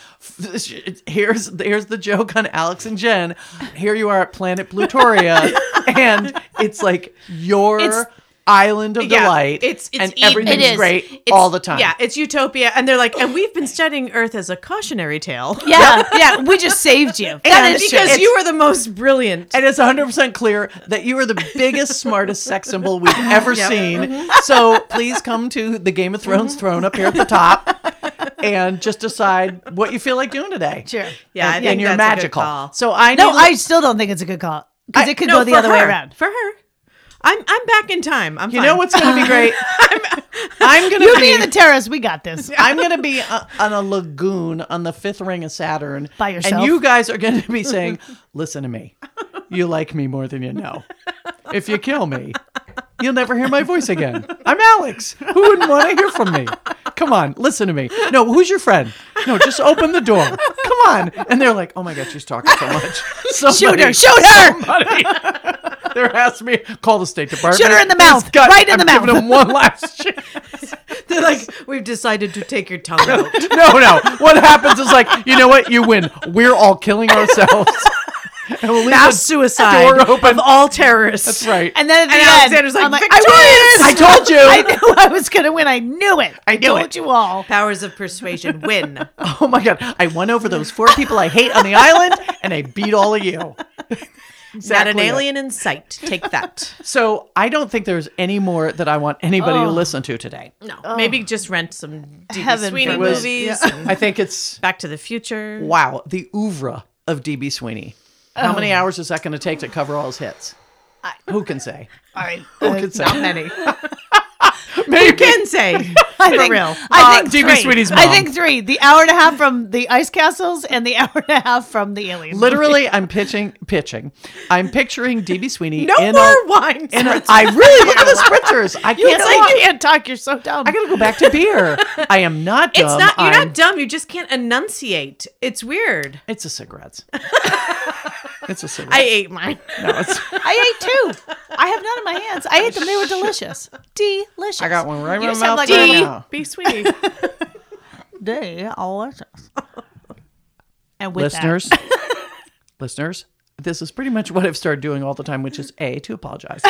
Speaker 1: f- sh- here's here's the joke on Alex and Jen. Here you are at Planet Plutoria, and it's like your
Speaker 2: It's-
Speaker 1: island of
Speaker 3: Yeah,
Speaker 1: delight.
Speaker 3: it's- it's
Speaker 1: and
Speaker 3: Eden.
Speaker 1: everything's
Speaker 2: It is.
Speaker 1: great
Speaker 3: It's-
Speaker 1: all the time.
Speaker 3: Yeah, it's utopia, and they're like, and we've been studying Earth as a cautionary tale.
Speaker 2: Yeah, yeah. We just saved you. That
Speaker 1: And
Speaker 2: is
Speaker 1: because
Speaker 3: because
Speaker 2: true.
Speaker 3: you were the most brilliant.
Speaker 1: And it's 100% clear that you are the biggest, smartest sex symbol we've ever
Speaker 3: Yep. Mm-hmm.
Speaker 1: seen. So please come to the Game of Thrones throne up here at the top and just decide what you feel like doing today.
Speaker 2: Sure.
Speaker 3: Yeah, I
Speaker 1: and,
Speaker 3: think
Speaker 1: and you're
Speaker 3: that's a good
Speaker 1: magical.
Speaker 3: call.
Speaker 1: So I
Speaker 2: No,
Speaker 1: need-
Speaker 2: I still don't think it's a good call. Because it could go the
Speaker 3: for
Speaker 2: other way
Speaker 3: her.
Speaker 2: around.
Speaker 3: for her. I'm I'm back in time. I'm.
Speaker 1: You know what's going to be great? I'm, going
Speaker 2: You
Speaker 1: to be
Speaker 2: being the terrorist, we got this.
Speaker 1: I'm going to be uh on a lagoon on the fifth ring of Saturn
Speaker 2: By
Speaker 1: and
Speaker 2: yourself?
Speaker 1: you guys are going to be saying, "Listen to me. You like me more than you know. If you kill me, You'll never hear my voice again. I'm Alex. Who wouldn't want to hear from me? Come on, listen to me. No, who's your friend? No, just open the door. Come on. And they're like, oh my God, she's talking so much.
Speaker 2: Shoot
Speaker 1: Somebody,
Speaker 2: her! Shoot her!
Speaker 1: Somebody. they're asking me, call the State Department.
Speaker 2: Shoot her in the
Speaker 1: This
Speaker 2: mouth.
Speaker 1: guy-
Speaker 2: Right in the
Speaker 1: I'm Giving
Speaker 2: mouth.
Speaker 1: him one last chance.
Speaker 3: They're like, we've decided to take your tongue out.
Speaker 1: No, no. What happens is like, you know what? You win. We're all killing ourselves. And we'll leave
Speaker 3: Mass
Speaker 1: the
Speaker 3: suicide
Speaker 1: door open.
Speaker 3: of all terrorists.
Speaker 1: That's right.
Speaker 2: And then at the
Speaker 3: And
Speaker 2: end,
Speaker 3: Alexander's like,
Speaker 2: I'm like,
Speaker 3: "Victorious!"
Speaker 1: I told you.
Speaker 2: I knew I was gonna win. I knew it. I
Speaker 1: knew
Speaker 2: told
Speaker 1: it.
Speaker 2: you all.
Speaker 3: Powers of persuasion win.
Speaker 1: Oh my god! I won over those four people I hate on the island, and I beat all of you.
Speaker 3: Not an
Speaker 1: Exactly it.
Speaker 3: alien in sight. Take that.
Speaker 1: So I don't think there's any more that I want anybody to
Speaker 2: Oh.
Speaker 1: listen to today.
Speaker 3: No. Maybe just rent some D.B.
Speaker 2: Heaven
Speaker 3: Sweeney
Speaker 2: forbid.
Speaker 3: movies. and
Speaker 1: I think it's
Speaker 3: Back to the Future.
Speaker 1: wow the oeuvre of DB Sweeney.
Speaker 2: Oh.
Speaker 1: How many hours is that going to take to cover all his hits? Who can say?
Speaker 2: I,
Speaker 1: Who can say?
Speaker 3: uh, many.
Speaker 1: Maybe.
Speaker 3: Can say.
Speaker 2: I think,
Speaker 3: real.
Speaker 1: Uh,
Speaker 2: I think
Speaker 1: DB
Speaker 2: three.
Speaker 1: Sweeney's
Speaker 2: I
Speaker 1: mom.
Speaker 2: think three. The hour and a half from the ice castles and the hour and a half from the aliens.
Speaker 1: Literally, I'm pitching, pitching. I'm picturing DB Sweeney.
Speaker 3: No
Speaker 1: in
Speaker 3: more
Speaker 1: a-
Speaker 3: wine.
Speaker 1: in a- I really look at the spritzers. I
Speaker 2: you
Speaker 1: can't.
Speaker 2: know
Speaker 1: I
Speaker 2: you can't talk. You're so dumb.
Speaker 1: gotta go back to beer. I am not dumb.
Speaker 3: it's not. You're
Speaker 1: I'm
Speaker 3: not dumb. You just can't enunciate. It's weird.
Speaker 1: It's a cigarette. it's a cigarette.
Speaker 3: I ate mine.
Speaker 1: no, it's,
Speaker 2: I ate two. I have none in my hands. I ate them. They were delicious. Delicious.
Speaker 1: I got one right
Speaker 2: You
Speaker 1: in my
Speaker 2: just have
Speaker 1: mouth
Speaker 2: like
Speaker 1: right
Speaker 2: a-
Speaker 1: now.
Speaker 3: Be sweet.
Speaker 2: Delicious. And with that-
Speaker 1: Listeners, listeners, this is pretty much what I've started doing all the time, which is A, to apologize,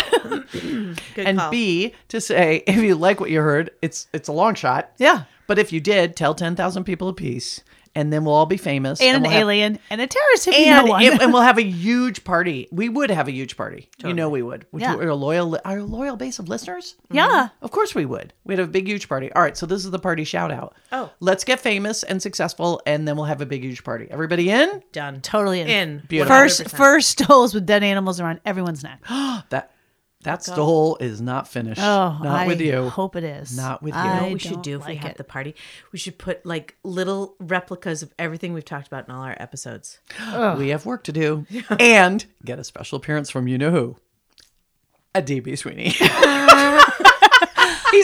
Speaker 3: Good
Speaker 1: and
Speaker 3: call.
Speaker 1: B, to say if you like what you heard, it's it's a long shot.
Speaker 2: yeah,
Speaker 1: But if you did, tell 10,000 people apiece, and then we'll all be famous.
Speaker 2: and, an
Speaker 1: we'll have-
Speaker 2: alien and a terrorist. If you know
Speaker 1: and,
Speaker 2: one.
Speaker 1: it- and we'll have a huge party. We would have a huge party. You know we would. Would
Speaker 2: Yeah.
Speaker 1: you- Our loyal, our loyal base of listeners.
Speaker 2: yeah.
Speaker 1: Of course we would. We'd have a big, huge party. All right, so this is the party shout out.
Speaker 3: Oh.
Speaker 1: Let's get famous and successful, and then we'll have a big, huge party. Everybody in?
Speaker 3: Done.
Speaker 2: Totally in.
Speaker 3: In.
Speaker 1: Beautiful.
Speaker 2: First,
Speaker 3: 100%.
Speaker 2: first stoles with dead animals around everyone's neck.
Speaker 1: That that stole is not finished.
Speaker 2: Oh,
Speaker 1: not
Speaker 2: I
Speaker 1: with you.
Speaker 2: Hope it is
Speaker 1: Not with you.
Speaker 2: I
Speaker 1: You know
Speaker 3: what oh, we should
Speaker 2: don't
Speaker 3: do if we
Speaker 2: like
Speaker 3: have
Speaker 2: it.
Speaker 3: the party. We should put like little replicas of everything we've talked about in all our episodes.
Speaker 1: we have work to do. and get a special appearance from you know who. A DB Sweeney.
Speaker 3: He's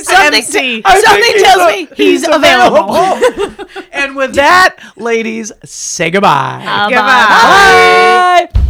Speaker 2: something,
Speaker 3: MC.
Speaker 1: I think
Speaker 2: something
Speaker 1: he's
Speaker 2: tells
Speaker 1: a-
Speaker 2: me he's, available.
Speaker 1: and with that, ladies, say goodbye.
Speaker 2: Bye-bye.
Speaker 3: Goodbye.
Speaker 1: Bye.